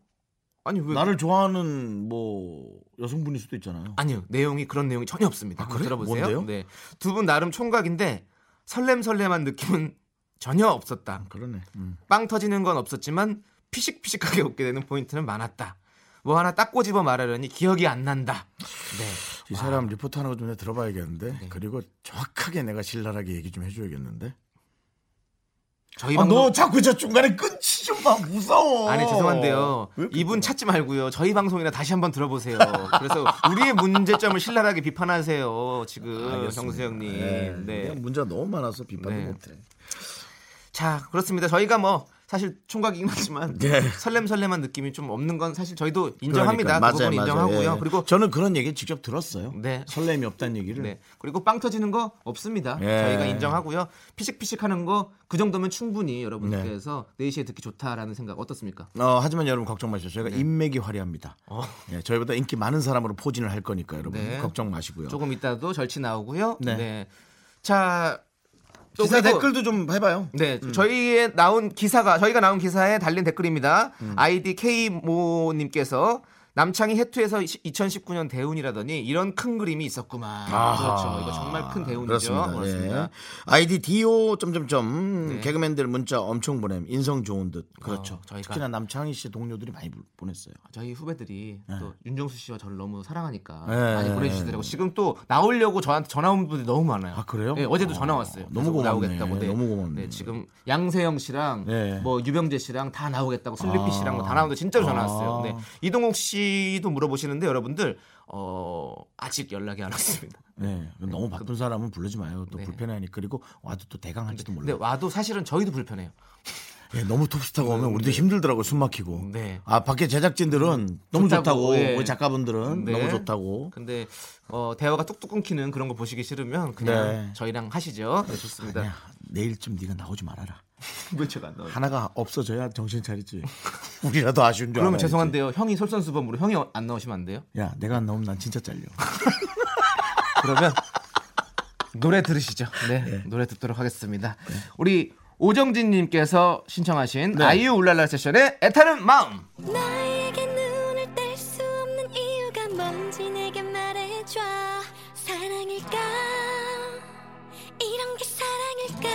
아니 왜? 그- 나를 좋아하는 뭐 여성분일 수도 있잖아요. 아니요 내용이 그런 내용이 전혀 없습니다. 아, 한번 그래? 들어보세요. 뭔데요? 네. 두 분 나름 총각인데 설렘설렘한 느낌은 전혀 없었다. 그러네. 음. 빵 터지는 건 없었지만 피식피식하게 웃게 되는 포인트는 많았다. 뭐 하나 딱 꼬집어 말하려니 기억이 안 난다. 네. 이 사람 리포트 하는 거좀 내가 들어봐야겠는데 그리고 정확하게 내가 신랄하게 얘기 좀 해줘야겠는데. 저희 아, 방송 너 자꾸 저 중간에 끊지 좀 마. 무서워. 아니 죄송한데요. 왜 이렇게 이분 찾지 말고요. 저희 방송이나 다시 한번 들어보세요. 그래서 우리의 문제점을 신랄하게 비판하세요. 지금 정수영님. 아, 네. 네. 그냥 문제가 너무 많아서 비판도 네. 못해. 자 그렇습니다. 저희가 뭐 사실 총각이긴 하지만 네. 설렘설렘한 느낌이 좀 없는 건 사실 저희도 인정합니다. 그러니까, 그 부분 인정하고요. 예. 그리고 저는 그런 얘기 직접 들었어요. 네. 설렘이 없다는 얘기를. 네. 그리고 빵 터지는 거 없습니다. 예. 저희가 인정하고요. 피식피식하는 거 그 정도면 충분히 여러분께서 네. 4시에 듣기 좋다라는 생각 어떻습니까? 어, 하지만 여러분 걱정 마십시오. 저희가 네. 인맥이 화려합니다. 예, 저희보다 인기 많은 사람으로 포진을 할 거니까 여러분 어. 네. 걱정 마시고요. 조금 이따도 절치 나오고요. 네. 네. 자, 또 기사 그리고- 댓글도 좀 해봐요. 네, 저희의 음. 나온 기사가 저희가 나온 기사에 달린 댓글입니다. 아이디 K 모님께서 남창이 해투에서 2019년 대운이라더니 이런 큰 그림이 있었구만. 그렇죠. 이거 정말 큰 대운이죠. 아, 그렇습니다. 그렇습니다. 예. 아이디 디오 점점점 네. 개그맨들 문자 엄청 보냄. 인성 좋은 듯. 그렇죠. 어, 저희가- 특히나 남창희 씨 동료들이 많이 보- 보냈어요. 저희 후배들이 또 윤정수 씨와 저를 너무 사랑하니까 네. 많이 보내주시더라고. 지금 또 나오려고 저한테 전화 온 분들이 너무 많아요. 아, 그래요? 네, 어제도 어, 전화 왔어요. 너무 그래서 고맙네. 나오겠다고. 네. 너무 고맙네. 네, 지금 양세형 씨랑 네. 아. 뭐 유병재 씨랑 다 나오겠다고 슬리피 씨랑 뭐다 나오는데 진짜로 전화 왔어요. 네. 이동욱 씨도 물어보시는데 여러분들 어, 아직 연락이 안 왔습니다. 네. 너무 바쁜 사람은 부르지 마요. 또그 네. 불편하니 그리고 와도 또 대강 할지도 근데 몰라요. 와도 사실은 저희도 불편해요. 예, 너무 톱스타가 오면 우리도 힘들더라고 요숨 막히고. 네. 아 밖에 제작진들은 너무 좋다고, 좋다고, 예. 우리 작가분들은 네. 너무 좋다고. 근데 어, 대화가 뚝뚝 끊기는 그런 거 보시기 싫으면 그냥 네. 저희랑 하시죠. 네, 좋습니다. 야 내일쯤 네가 나오지 말아라. 왜 제가 안 나와요? 하나가 없어져야 정신 차리지. 우리라도 아쉬운 줄 그러면 알아야지. 죄송한데요. 형이 솔선수범으로 형이 안 나오시면 안 돼요? 야 내가 안 나오면 난 진짜 잘려. 그러면 노래 들으시죠. 네, 노래 듣도록 하겠습니다. 우리 오정진님께서 신청하신 아이유 울랄라 세션의 애타는 마음. 나에게 눈을 뗄 수 없는 이유가 뭔지 내게 말해줘 사랑일까 이런 게 사랑일까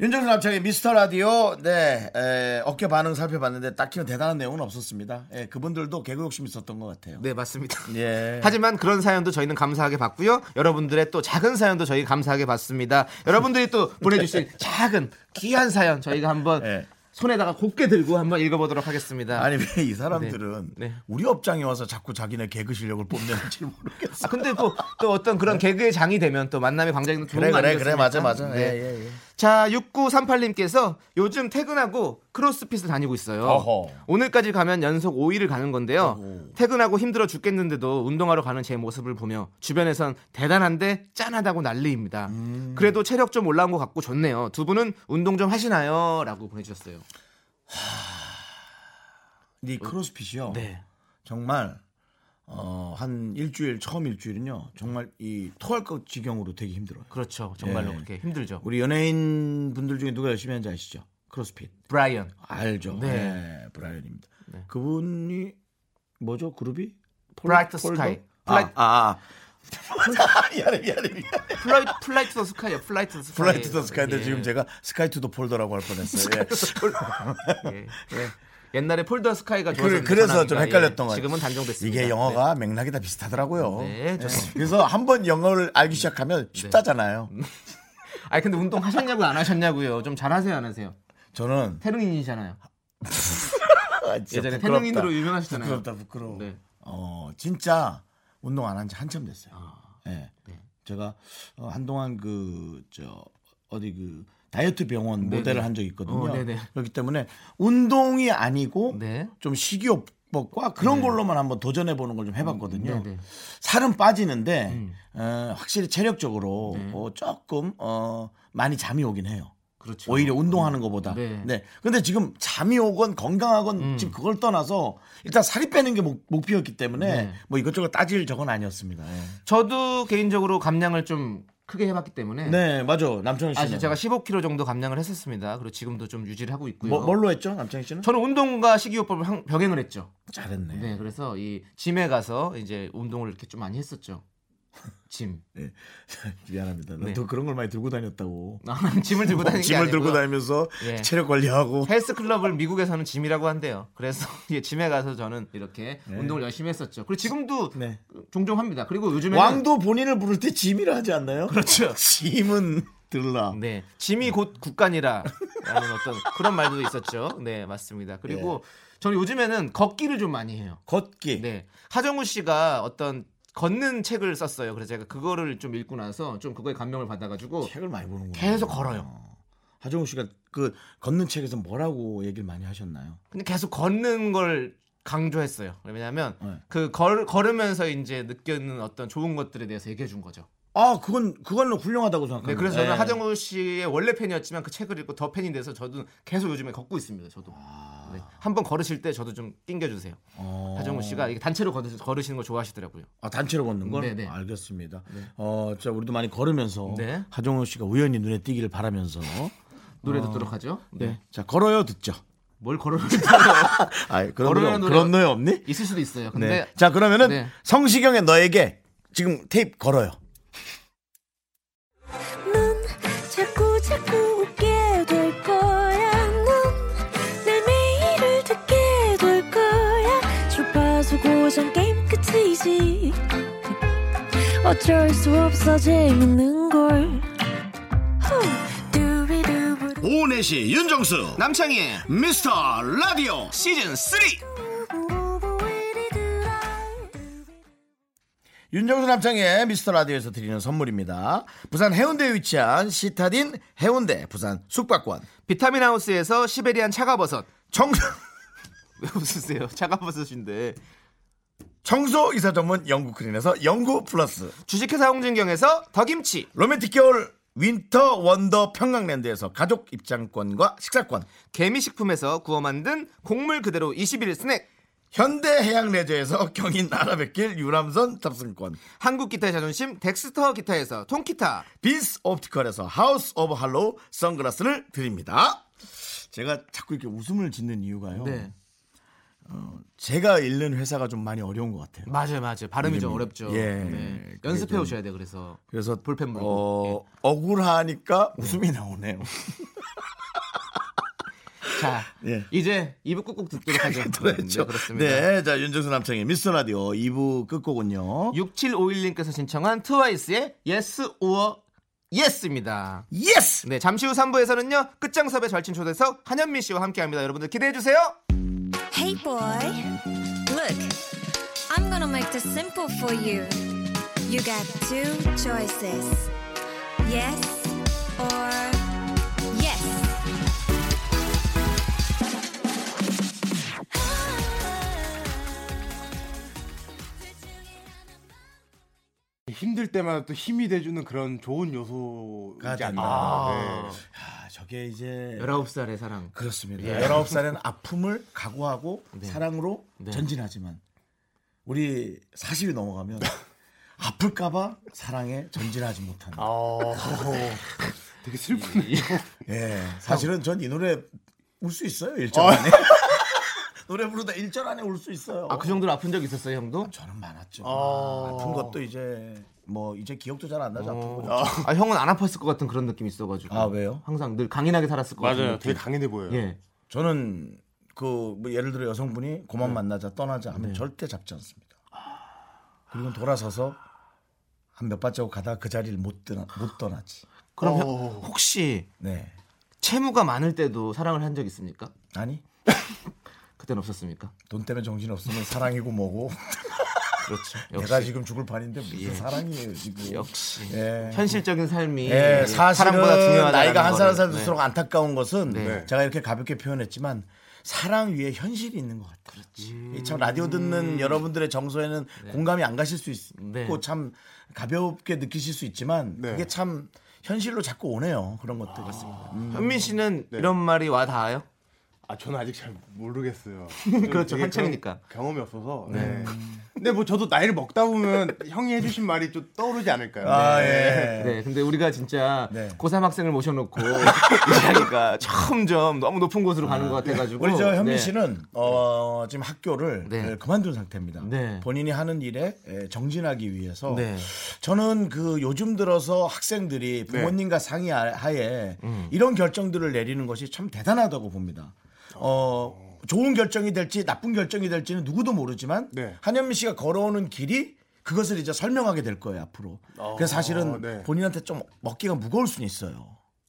윤정수 남창의 미스터 라디오 네 에, 어깨 반응 살펴봤는데 딱히 대단한 내용은 없었습니다. 예, 그분들도 개그 욕심 있었던 것 같아요. 네, 맞습니다. 예. 하지만 그런 사연도 저희는 감사하게 봤고요. 여러분들의 또 작은 사연도 저희 감사하게 봤습니다. 여러분들이 또 보내주신 작은 귀한 사연 저희가 한번 네. 손에다가 곱게 들고 한번 읽어보도록 하겠습니다. 아니 왜 이 사람들은 네. 네. 우리 업장에 와서 자꾸 자기네 개그 실력을 뽐내는지 모르겠어. 아, 근데 또, 또 어떤 그런 개그의 장이 되면 또 만남이 굉장히 좋은 그래 거 그래 그래 아니겠습니까? 맞아 맞아. 네. 예, 예, 예. 자, 6938님께서 요즘 퇴근하고 크로스핏을 다니고 있어요. 어허. 오늘까지 가면 연속 5일을 가는 건데요. 퇴근하고 힘들어 죽겠는데도 운동하러 가는 제 모습을 보며 주변에선 대단한데 짠하다고 난리입니다. 음. 그래도 체력 좀 올라온 것 같고 좋네요. 두 분은 운동 좀 하시나요? 라고 보내주셨어요. 이 크로스핏이요. 네. 정말 어, 한 일주일 처음 일주일은요. 정말 이 토할 것 지경으로 되게 힘들어요. 그렇죠. 정말로 예. 그렇게 힘들죠. 우리 연예인 분들 중에 누가 열심히 하는지 아시죠? 크로스핏. 브라이언. 알죠. 네. 네, 브라이언입니다. 그분이 뭐죠? 그룹이? 폴- 브라이트 폴더? 스카이. 아, 플라이- 아, 아. 미안해, 미안해, 미안해. 플라이, 플라이트 더 스카이요. 플라이트 더 스카이. 플라이트 더 스카이인데 예. 지금 제가 스카이 투 더 폴더라고 할 뻔했어요. 예. 예. 옛날에 폴더 스카이가 좋아서 그, 래서좀 전화하니까, 헷갈렸던 예. 거예요. 지금은 단종됐습니다. 이게 영어가 맥락이 다 비슷하더라고요. 예. 네, 좋습니다. 네. 음. 그래서 한 번 영어를 알기 시작하면 쉽다잖아요. 아니 근데 운동 하셨냐고 안 하셨냐고요. 좀 잘하세요 안 하세요. 저는 태릉인이잖아요. 아, 진짜 예전에 부끄럽다. 태릉인으로 유명하셨잖아요. 부끄럽다 부끄러워. 네. 어 진짜 운동 안 한 지 한참 됐어요. 예. 네. 제가 어, 한동안 그 저 어디 그 다이어트 병원 모델을 한 적이 있거든요. 네, 어, 네네. 그렇기 때문에 운동이 아니고 네. 좀 식이요법과 그런 걸로만 한번 도전해 보는 걸 좀 해봤거든요. 음, 네네. 음. 살은 빠지는데 어, 확실히 체력적으로 어, 조금 어, 많이 잠이 오긴 해요. 네. 그렇죠. 오히려 운동하는 것보다. 네. 음. 네. 근데 지금 잠이 오건 건강하건 지금 그걸 떠나서 일단 살이 빼는 게 목, 목표였기 때문에 네. 뭐 이것저것 따질 적은 아니었습니다. 예. 저도 개인적으로 감량을 좀 크게 해봤기 때문에 네, 맞아. 남창희 씨는 사실 제가 15kg 정도 감량을 했었습니다. 그리고 지금도 좀 유지를 하고 있고요. 뭐, 뭘로 했죠, 남창희 씨는? 저는 운동과 식이요법을 항- 병행을 했죠. 잘했네. 네, 그래서 이 짐에 가서 이제 운동을 이렇게 좀 많이 했었죠. 짐. 미안합니다. 네. 너 그런 걸 많이 들고 다녔다고. 아, 짐을 들고 다니는 게 짐을 아니고요. 들고 다니면서 예. 체력 관리하고 헬스 클럽을 미국에서는 짐이라고 한대요. 그래서 예, 짐에 가서 저는 이렇게 운동을 열심히 했었죠. 그리고 지금도 네. 종종 합니다. 그리고 요즘에 왕도 본인을 부를 때 짐이라 하지 않나요? 그렇죠. 짐은 들라. 네 짐이 곧 국간이라라는 어떤 그런 말도 있었죠. 네 맞습니다. 그리고 저는 요즘에는 걷기를 좀 많이 해요. 걷기. 네 하정우 씨가 어떤 걷는 책을 썼어요. 그래서 제가 그거를 좀 읽고 나서 좀 그거에 감명을 받아가지고 책을 많이 보는구나. 계속 걸어요. 하정우 씨가 그 걷는 책에서 뭐라고 얘기를 많이 하셨나요? 근데 계속 걷는 걸 강조했어요. 왜냐하면 네. 그 걸, 걸으면서 이제 느끼는 어떤 좋은 것들에 대해서 얘기해 준 거죠. 아, 그건 그건 훌륭하다고 네, 생각합니다. 그래서 저는 예. 하정우 씨의 원래 팬이었지만 그 책을 읽고 더 팬이 돼서 저도 계속 요즘에 걷고 있습니다. 저도 아, 네, 한번 걸으실 때 저도 좀 낑겨주세요. 어. 하정우 씨가 이게 단체로 걸으- 걸으시는 걸 좋아하시더라고요. 아, 단체로 걷는 건 네, 네. 알겠습니다. 어, 자, 우리도 많이 걸으면서 네. 하정우 씨가 우연히 눈에 띄기를 바라면서 노래 어. 듣도록 하죠. 네. 자, 걸어요 듣죠. 뭘 걸으면 아, 그런 노래, 걸으면 노래가- 그런 노래 없니? 있을 수도 있어요. 네. 근데 자, 그러면은 네. 성시경의 너에게 지금 테이프 걸어요. 넌 자꾸 자꾸 웃게 될 거야. 넌내 매일을 듣게 될 거야. 주파수 고정 게임 끝이지. 어쩔 수 없어 재밌는 걸. 후. 두비두부두. 오네시 윤정수 남창희 미스터 라디오. 시즌 3 우부부리두라. 윤정수 남창의 미스터 라디오에서 드리는 선물입니다. 부산 해운대에 위치한 시타딘 해운대 부산 숙박권. 비타민 하우스에서 시베리안 차가버섯 청소, 왜 웃으세요? 차가버섯인데 청소 이사 전문 영국 크린에서 영구 플러스. 주식회사 홍진경에서 더김치 로맨틱 겨울 윈터 원더 평강랜드에서 가족 입장권과 식사권. 개미식품에서 구워 만든 곡물 그대로 21 스낵 현대 해양 레저에서 경인 아라뱃길 유람선 탑승권. 한국 기타의 자존심 덱스터 기타에서 통기타 빈스 옵티컬에서 하우스 오브 할로우 선글라스를 드립니다. 제가 자꾸 이렇게 웃음을 짓는 이유가요. 네. 제가 읽는 회사가 좀 많이 어려운 것 같아요. 맞아요 맞아요 발음이 좀 이름이- 어렵죠 예. 네. 그게 연습해 좀- 오셔야 돼요 그래서 그래서 볼펜 어, 물고 억울하니까 웃음이 나오네요. 자 예. 이제 2부 꾹꾹 듣도록 하죠 그렇죠. 네, 그렇습니다 네, 자 윤정수 남창의 미스터 라디오 2부 끝곡은요. 6751님께서 신청한 트와이스의 Yes or Yes입니다 예스. 네, 잠시 후 3부에서는요. 끝장섭의 절친 초대석 한현민 씨와 함께합니다. 여러분들 기대해 주세요. Hey boy, look, I'm gonna make this simple for you. You got two choices. Yes or yes. 힘들 때마다 또 힘이 돼주는 그런 좋은 요소이지 않나. 네. 아, 저게 이제 19살의 사랑. 그렇습니다. 19살엔 아픔을 각오하고 사랑으로 전진하지만 우리 40이 넘어가면 아플까봐 사랑에 전진하지 못하는. 되게 슬프네. 예. 사실은 전 이 노래 울 수 있어요. 1절 안에. 노래 부르다 1절 안에 울 수 있어요. 아, 그 정도로 아픈 적 있었어요, 형도? 저는 많았죠. 아픈 것도 이제 뭐 이제 기억도 잘 안 나죠. 아픈 거. 아, 형은 안 아팠을 것 같은 그런 느낌이 있어가지고. 아, 왜요? 항상 늘 강인하게 살았을 것 같아요. 맞아요. 되게 강인해 보여요. 예. 저는 그뭐 예를 들어 여성분이 고만 네. 만나자 떠나자 하면 절대 잡지 않습니다. 그리고 돌아서서 한 몇 발자국 가다가 그 자리를 못 떠나 못 떠나지. 그럼 형, 어. 혹시 네. 채무가 많을 때도 사랑을 한 적 있습니까? 아니 그땐 없었습니까? 돈 때문에 정신 없으면 사랑이고 뭐고 그렇죠. 내가 역시. 예. 지금 죽을 판인데 무슨 사랑이에요 지금. 역시. 예. 현실적인 삶이 예, 사실은 사랑보다 네. 중요하다. 나이가 한 살 한 살 들수록 안타까운 것은 네. 제가 이렇게 가볍게 표현했지만 사랑 위에 현실이 있는 것 같아요. 그렇지. 참 라디오 듣는 여러분들의 정서에는 공감이 안 가실 수 있고 음. 네. 참 가볍게 느끼실 수 있지만 네. 그게 참 현실로 자꾸 오네요. 그런 것들. 아. 음. 현민 씨는 이런 말이 와 닿아요? 아, 저는 아직 잘 모르겠어요. 그렇죠. 되게 한창이니까. 그런 경험이 없어서. 네. 근데 뭐 저도 나이를 먹다 보면 형이 해주신 말이 좀 떠오르지 않을까요? 아, 네. 예. 네, 근데 우리가 진짜 네. 고3 학생을 모셔놓고 이야기가 점점 너무 높은 곳으로 가는 것 같아가지고 우리 저 현민 네. 씨는 어, 지금 학교를 네. 예, 그만둔 상태입니다. 네. 본인이 하는 일에 예, 정진하기 위해서 네. 저는 그 요즘 들어서 네. 학생들이 부모님과 상의하에 음. 이런 결정들을 내리는 것이 참 대단하다고 봅니다. 어, 좋은 결정이 될지 나쁜 결정이 될지는 누구도 모르지만 네. 한현민 씨가 걸어오는 길이 그것을 이제 설명하게 될 거예요 앞으로. 그래서 사실은 네. 본인한테 좀 먹기가 무거울 수는 있어요.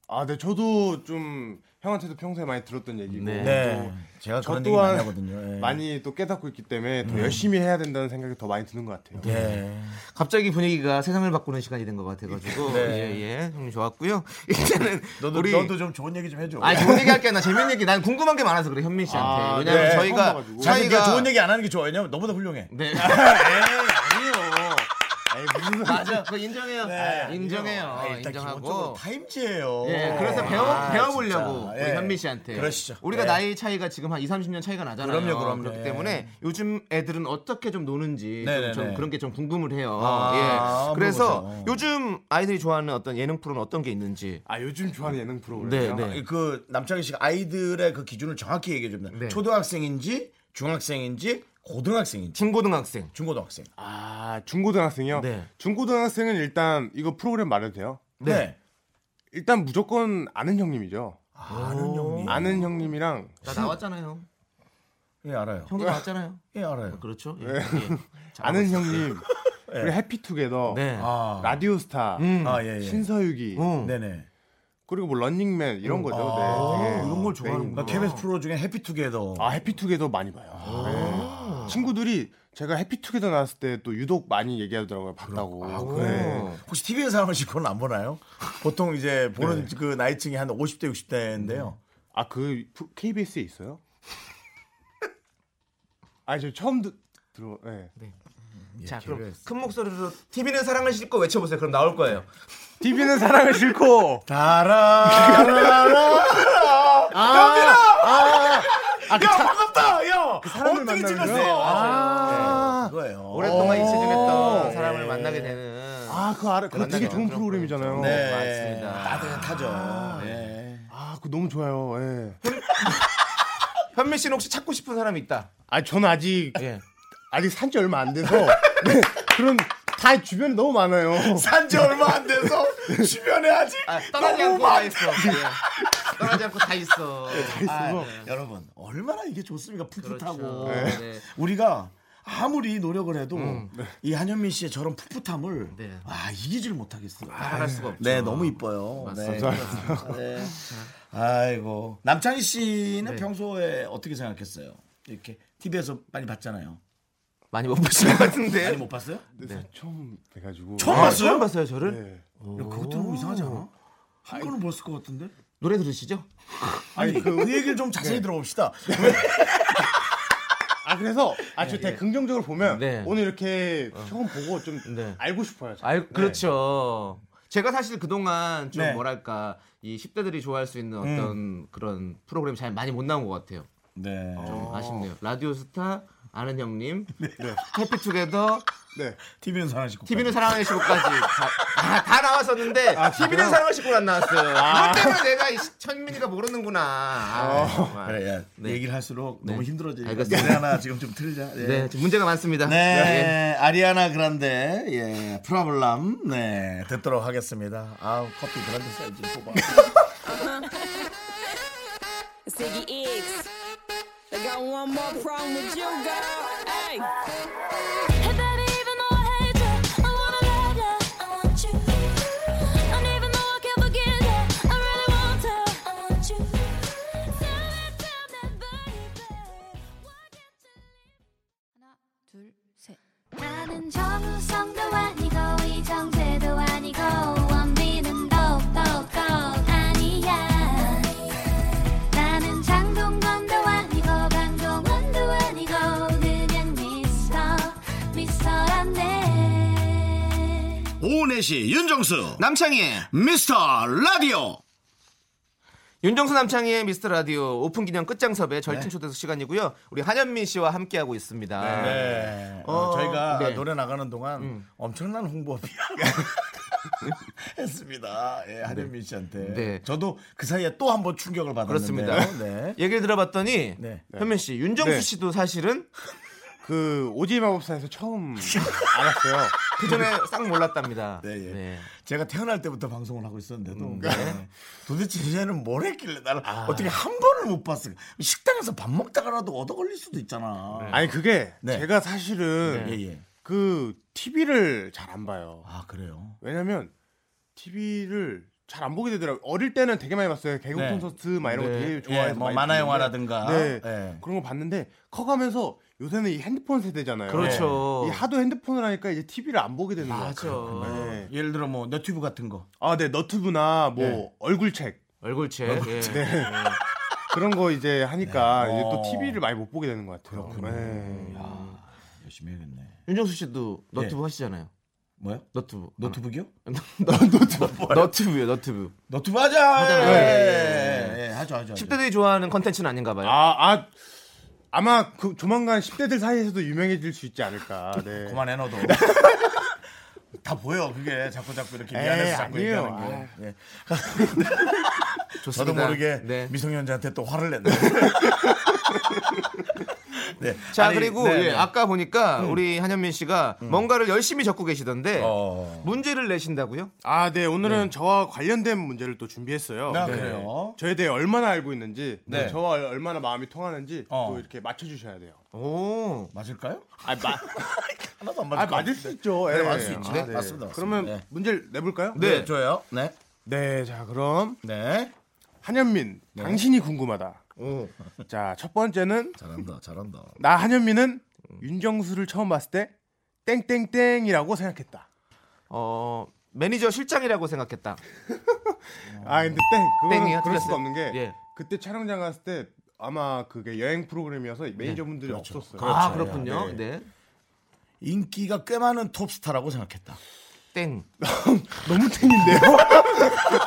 아, 네. 저도 좀 형한테도 평소에 많이 들었던 얘기고. 네. 네, 제가 저 그런 얘기 많이 또한 하거든요. 예. 음. 많이 또 깨닫고 있기 때문에 더 열심히 해야 된다는 생각이 더 많이 드는 것 같아요. 예. 갑자기 분위기가 세상을 바꾸는 시간이 된 것 같아가지고 네. 예예 형님 좋았고요 이제는 너도 우리 너도 좀 좋은 얘기 좀 해줘. 아니 좋은 얘기 할게 아니라 재밌는 얘기 난 궁금한 게 많아서 그래 현민 씨한테 아, 왜냐면 네. 처음 저희가 네. 봐가지고. 자기가 차이가 좋은 얘기 안 하는 게 좋아. 왜냐면 너보다 훌륭해. 네. 에이, 아니요. 에이, 무슨 맞아. 그거 인정해요. 네. 인정해요. 아, 일단 기본적으로 인정하고. 타임즈예요. 예, 그래서 배워 아, 배워보려고 진짜. 우리 예. 현민 씨한테. 그러시죠. 우리가 예. 나이 차이가 지금 한 2, 30년 차이가 나잖아요. 그럼요, 그럼요. 그렇기 예. 때문에 요즘 애들은 어떻게 좀 노는지 좀, 네네네. 좀 그런 게 좀 궁금을 해요. 아, 예. 그래서 물어보죠. 요즘 아이들이 좋아하는 어떤 예능 프로는 어떤 게 있는지. 아 요즘 좋아하는 예능 프로그램. 네, 네. 아, 그 남창희 씨가 아이들의 그 기준을 정확히 얘기해 줍니다. 네. 초등학생인지 중학생인지 고등학생인지 중고등학생. 중고등학생. 아 중고등학생이요? 네. 중고등학생은 일단 이거 프로그램 말해도 돼요? 네. 일단 무조건 아는 형님이죠. 아는 형님. 아는 형님이랑 나 나왔잖아요. 예 알아요. 형도 나왔잖아요. 예 알아요. 그렇죠. 예. 예. 잘하고 아는 있어요. 형님 그리고 해피투게더 네. 음. 아, 라디오스타 네. 아 예. 예. 신서유기 어. 네네. 그리고 뭐 런닝맨 이런 거죠. 아, 네, 되게. 이런 걸 나 좋아하는구나. KBS 프로 중에 해피투게더. 아 해피투게더 많이 봐요. 아. 네. 친구들이 제가 해피투게더 나왔을 때 또 유독 많이 얘기하더라고요. 봤다고. 아, 그- 네. 혹시 TV에서 하는지 그건 안 보나요? 보통 이제 보는 네. 그 나이층이 한 50대 60대인데요. 음. 아그 KBS에 있어요? 아 저 처음 듣, 들어. 네. 예, 자, 그럼 큰 목소리로 TV는 사랑을 싣고 외쳐보세요. 그럼 나올 거예요. 네. TV는 사랑을 싫고 다라라라. 아, 그 야, 반갑다. 야. 사람을 어떻게 만나는 찍었어? 거예요? 아, 그거예요. 오랫동안 오, 잊혀지겠던 사람을 예. 만나게 되는. 아, 그거 알아. 그거 되게 좋은 프로그램이잖아요. 네. 맞습니다. 네. 따뜻하죠. 예. 아, 그거 너무 좋아요. 예. 현민 씨는 혹시 찾고 싶은 사람이 있다. 아, 저는 아직 예. 아직 산지 얼마 안 돼서 네, 그런 다 주변에 너무 많아요. 산지 얼마 안 돼서 주변에 아직 아, 떠나지 너무 않고 다 많. 있어. 예. 떠나지 않고 예, 다 있어. 아, 있어서. 아, 여러분 얼마나 이게 좋습니까? 풋풋하고 그렇죠. 네. 네. 우리가 아무리 노력을 해도 네. 이 한현민 씨의 저런 풋풋함을 네. 아 이기질 못하겠어요. 따라갈 수가 없죠. 네, 너무 이뻐요. 네. 감사합니다. 네. 아이고 남창희 씨는 네. 평소에 어떻게 생각했어요? 이렇게 TV에서 많이 봤잖아요. 많이 못 보신 것 같은데. 많이 못 봤어요? 그래서 네, 처음 돼가지고. 네. 아, 처음 봤어요? 아, 처음 봤어요, 저를? 네. 야, 그것도 너무 이상하지 않아? 한 번은 봤을 것 같은데? 노래 들으시죠? 아니 그, 얘기를 좀 자세히 들어봅시다. 왜? 아 그래서 아 네. 저 되게 긍정적으로 보면 네. 오늘 이렇게 어. 처음 보고 좀 네. 알고 싶어요. 저는. 아, 그렇죠. 제가 사실 그동안 좀 네. 뭐랄까 이 10대들이 좋아할 수 있는 어떤 그런 프로그램 잘 많이 못 나온 것 같아요. 네. 좀 아쉽네요. 라디오스타 아는 형님, 해피투게더, 네. TV는 사랑하시고 TV는 사랑하는 시고까지 다, 아, 다 나왔었는데 TV는 사랑하는 시고는 안 나왔어요. 이것 때문에 내가 이 시- 천민이가 모르는구나. 아, 정말. 어, 그래, 야, 네. 얘기를 할수록 너무 네. 힘들어지니까 알겠습니다. 노래 하나 지금 좀 틀자. 예. 네, 지금 문제가 많습니다. 예. 네, 아리아나 그란데, 예, 프라블람, 네, 듣도록 하겠습니다. 아우, 커피 그란데 사이즈 뽑아. Ziggy X. I got one more problem with you, girl. Hey. Hey baby, even though I hate you, I wanna love you, I want you. And even though I can't forgive you, I really want to, I want you. Tell me, tell me, baby, why can't you leave? 하나, 둘, 셋. 나는 정우성도 아니고 이정재도 아니고 원빈은 더욱더 아니야 나는 장동건도 아니고 강동원도 아니고 그냥 미스터 미스터란데 오후 4시, 윤정수, 남창희의 미스터 라디오! 윤정수 남창희의 미스터 라디오 오픈 기념 끝장섭의 절친 초대석 시간이고요. 우리 한현민 씨와 함께하고 있습니다. 네. 어, 어, 저희가 네. 음. 노래 나가는 동안 엄청난 홍보비 했습니다. 예, 한현민 씨한테. 네. 저도 그 사이에 또 한 번 충격을 받았는데요. 그렇습니다. 네. 얘기를 들어봤더니 네. 현민 씨, 윤정수 네. 씨도 사실은 그 오지의 마법사에서 처음 알았어요. 그 전에 싹 몰랐답니다. 네, 예. 네. 제가 태어날 때부터 방송을 하고 있었는데도 네. 아. 도대체 얘는 뭘 했길래 나를 어떻게 한 번을 못 봤을까? 식당에서 밥 먹다가라도 얻어 걸릴 수도 있잖아. 아니 그게 네. 제가 사실은 예, 예. 그 TV를 잘 안 봐요. 아, 그래요? 왜냐면 TV를 잘 안 보게 되더라고요. 어릴 때는 되게 많이 봤어요. 개그 네. 콘서트 막 이런 네. 거 되게 좋아해서 예, 뭐 많이 만화 봤는데 영화라든가. 네. 예. 그런 거 봤는데 커가면서 요새는 이 핸드폰 세대잖아요. 그렇죠. 네. 이 하도 핸드폰을 하니까 이제 TV를 안 보게 되는 거예요. 맞죠. 네. 예를 들어 뭐 너튜브 같은 거. 아, 네 너튜브나 뭐 얼굴책 얼굴채. 예. 그런 거 이제 하니까 이제 어. 또 TV를 많이 못 보게 되는 것 같아요. 네. 열심히 해야겠네. 네. 윤정수 씨도 너튜브 하시잖아요. 뭐야? 너튜브. 노트북이요? 뭐 너튜브. 너튜브요, 너튜브. 노트북 아. 하자. 하잖아요. 예, 예, 예, 예, 하죠, 하죠. 하죠. 10대들이 좋아하는 컨텐츠는 아닌가 봐요. 아, 아 아마 그 조만간 10대들 사이에서도 유명해질 수 있지 않을까. 네. 그만해 너도. 예. 다 보여 그게 자꾸 자꾸 이렇게 에이, 미안해서 자꾸 아니에요. 얘기하는 게. 예. 좋습니다. 저도 모르게 네. 미성년자한테 또 화를 냈네. 네. 자 아니, 그리고 네, 예, 네. 음. 아까 보니까 우리 한현민 씨가 뭔가를 열심히 적고 계시던데 어. 문제를 내신다고요? 아, 네. 오늘은 저와 관련된 문제를 또 준비했어요. 네. 아, 그래요? 저에 대해 얼마나 알고 있는지, 네. 저와 얼마나 마음이 통하는지 어. 또 이렇게 맞춰 주셔야 돼요. 오 맞을까요? 아, 마, 하나도 안 아 맞을 것 맞을 수 있죠. 예. 같아요. 네, 맞을 수 있지. 아, 네, 네. 맞습니다. 맞습니다. 그러면 네. 문제를 내볼까요? 네, 좋아요. 네. 네, 자 그럼 네. 한현민, 당신이 궁금하다. 자, 첫 번째는 잘한다. 잘한다. 나 한현민은 윤정수를 처음 봤을 때 땡땡땡이라고 생각했다. 어, 매니저 실장이라고 생각했다. 아 근데 땡 그거는 땡이요? 그럴 수가 틀렸어요? 없는 게 예. 그때 촬영장 갔을 때 아마 그게 여행 프로그램이어서 매니저분들이 없었어요. 그렇죠. 아 그렇군요. 네. 인기가 꽤 많은 톱스타라고 생각했다. 땡. 너무 땡인데요.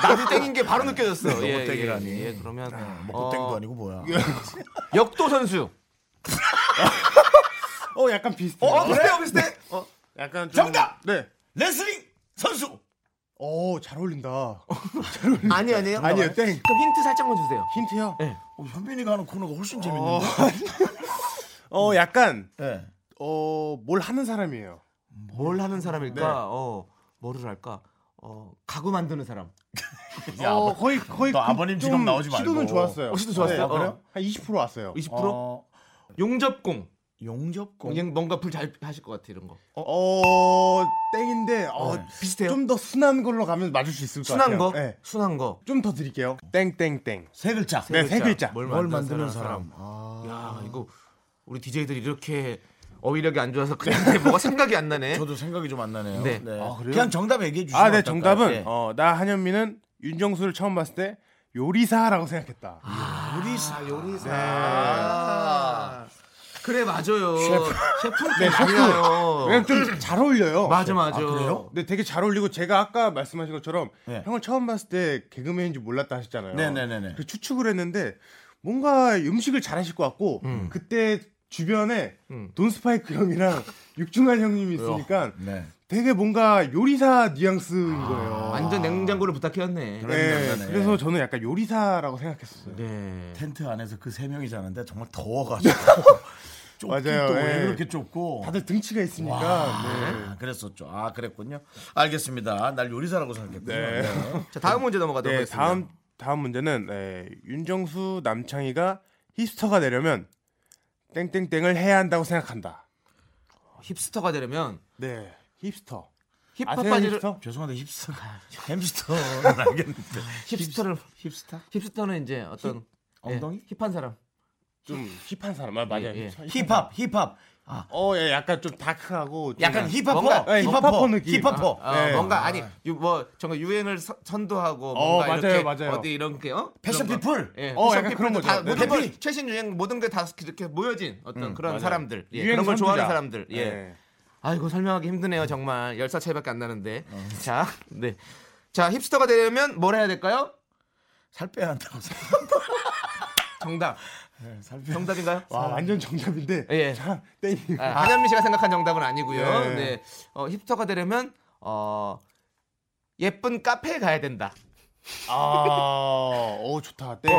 나도 땡인 게 바로 느껴졌어. 너무 땡이라니. 예, 예, 그러면 먹고 어, 땡도 아니고 뭐야. 역도 선수. 어 약간 비슷해. 어, 비슷해요, 비슷해. 어, 약간 좀, 정답! 네. 레슬링 선수. 어잘 어울린다. 아니 아니에요. 아니요 땡. 그럼 힌트 살짝만 주세요. 힌트요. 어, 현빈이가 하는 코너가 훨씬 재밌는데. 어 약간 네. 어 뭘 하는 사람이에요. 뭘 하는 사람일까? 네. 어, 뭐를 할까? 어, 가구 만드는 사람. 야, 어, 아버- 거의 거의 너 아버님 좀 지금 나오지 말고. 시도는 좋았어요. 어, 시도 좋았어요? 네, 그래요? 한20% 왔어요. 20%? 어, 용접공. 용접공. 그냥 뭔가 불 잘 하실 것 같아 이런 거. 어 땡인데 어, 비슷해요. 좀 더 순한 걸로 가면 맞을 수 있을 것 네. 순한 같아요. 거? 네. 순한 거. 좀 더 드릴게요. 땡땡땡. 세 글자. 네, 세 글자. 뭘, 뭘 만드는 만드는 사람. 사람. 아, 야, 이거 우리 DJ들이 이렇게 어휘력이 안 좋아서 그냥 뭐가 생각이 안 나네. 저도 생각이 좀 안 나네요. 네. 네. 아, 그래요? 그냥 정답 얘기해 주시면 아, 네, 어떨까요? 정답은 예. 네. 어, 나 한현민은 윤정수를 처음 봤을 때 요리사라고 생각했다. 요리사, 네. 요리사. 아, 그래 맞아요. 셰프, 셰프 네, 아니에요. 왜냐면 좀 잘 어울려요. 맞아 맞아. 그래요? 근데 되게 잘 어울리고 제가 아까 말씀하신 것처럼 네. 형을 처음 봤을 때 개그맨인지 몰랐다 하셨잖아요. 네, 네, 네, 네. 그 추측을 했는데 뭔가 음식을 잘하실 것 같고 그때 주변에 음. 돈스파이크 형이랑 육중한 형님이 있으니까 네. 되게 뭔가 요리사 뉘앙스인 거예요. 완전 냉장고를 부탁해왔네. 네, 남자네. 그래서 저는 약간 요리사라고 생각했었어요. 네. 텐트 안에서 그 세 명이 자는데 정말 더워가지고 좁긴 맞아요. 또왜 예. 이렇게 좁고 다들 등치가 있으니까 네. 아, 그랬었죠. 아 그랬군요. 알겠습니다. 날 요리사라고 생각했군요. 네. 자 다음 문제 넘어가도록 네, 하겠습니다. 다음 다음 문제는 네, 윤정수 남창희가 힙스터가 되려면 땡땡땡을 해야 한다고 생각한다. 힙스터가 되려면 네, 힙스터. 힙합 아세요, 바지를 힙스터? 죄송한데 힙스터 햄스터 알겠는데 힙스터를 힙스터? 힙스터는 이제 어떤 엉덩이? 예, 힙한 사람. 좀 힙한 사람 아, 맞아요. 예, 예. 힙- 힙합 힙합 어, 예, 약간 좀 다크하고 좀 약간 힙합퍼 뭔가- 네. 힙합퍼 힙합퍼 느낌. 힙합퍼 어, 네. 뭔가 아니 유, 뭐 정말 유행을 서- 선도하고 어, 뭔가 맞아요, 이렇게 맞아요. 어디 이런 게 어? 패션 그런 거. 피플 예, 어, 패션 약간 그런 피플도 다 거죠. 네. 모든 걸 해피. 최신 유행 모든 게 다 이렇게 모여진 어떤 그런 사람들 예, 유행 그런 걸 선두자. 좋아하는 사람들 예. 네. 아이고 설명하기 힘드네요 정말 열사 차이밖에 안 나는데 어. 자 네. 자 힙스터가 되려면 뭘 해야 될까요? 살 빼야 한다고 생각. 정답 정답인가요? 와, 완전 정답인데. 예. 자, 땡. 아, 한현민 씨가 생각한 정답은 아니고요. 예. 네. 어, 힙스터가 되려면 어, 예쁜 카페에 가야 된다. 아, 오 좋다. 땡.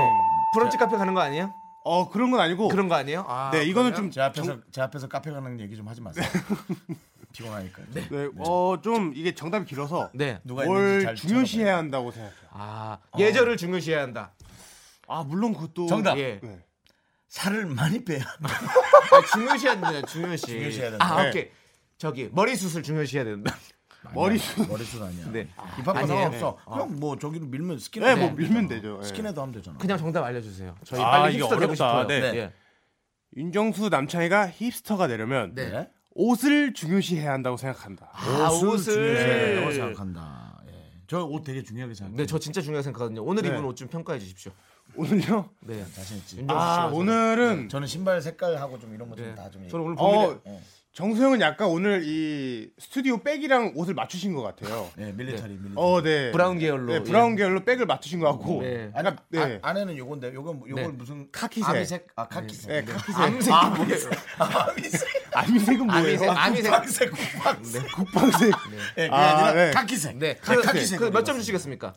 브런치 카페 가는 거 아니에요? 어, 그런 건 아니고. 그런 거 아니에요? 아, 네, 이거는 좀 제 앞에서 제 앞에서 카페 가는 얘기 좀 하지 마세요. 피곤하니까. 네. 네, 어, 좀 이게 정답이 길어서 네. 누가 있는지 뭘 잘 중요시해야 한다고 생각해요. 아, 어. 예절을 중요시해야 한다. 아, 물론 그것도 정답. 예. 네. 살을 많이 빼야 한다. 아, 중요시해야 된다. 중요시. 중요시해야 된다. 아, 네. 오케이. 저기 머리 수술 중요시해야 된다. 머리숱. 머리숱 아니야. 네. 입학과 아니에요. 상관없어. 그냥 뭐 저기로 밀면 스킨헤드. 네, 하면 뭐 밀면 되잖아. 되죠. 예. 스킨헤드 하면 되잖아. 그냥 정답 알려주세요. 저희 아, 빨리 이게 힙스터 되고 어렵다. 싶어요. 네. 예. 윤정수 남창희가 힙스터가 되려면 네. 네. 옷을 중요시해야 한다고 생각한다. 아, 중요시해야 된다고 옷을. 생각한다. 예. 저옷 되게 중요하게 생각해요. 네, 저 진짜 중요하게 생각하거든요. 오늘 네. 입은 옷 좀 평가해 주십시오. 오늘요? 네. 자신 있지. 윤정수 아 씨와서. 네. 오늘은 저는 신발 색깔하고 좀 이런 거 좀 다 좀. 네. 저는 오늘 어 봄이래. 예. 정수영은 약간 오늘 이 스튜디오 백이랑 옷을 맞추신 것 같아요. 네, 밀리터리 밀리터리. 어, 네. 브라운 계열로. 네, 브라운 계열로 백을 맞추신 것 같고. 네. 아니, 약간 네. 아, 안에는 요건데 요건 요건 네. 무슨 카키색. 아미색 아 카키색. 네, 카키색. 암색. 아, 뭐겠어. 아미색. 아미색은 뭐예요? 아미색, 아, 국방색 아미색. 국방색. 국방색. 네, 그게 아, 아니라 네. 카키색. 네. 카- 카키색. 그 몇 점 주시겠습니까?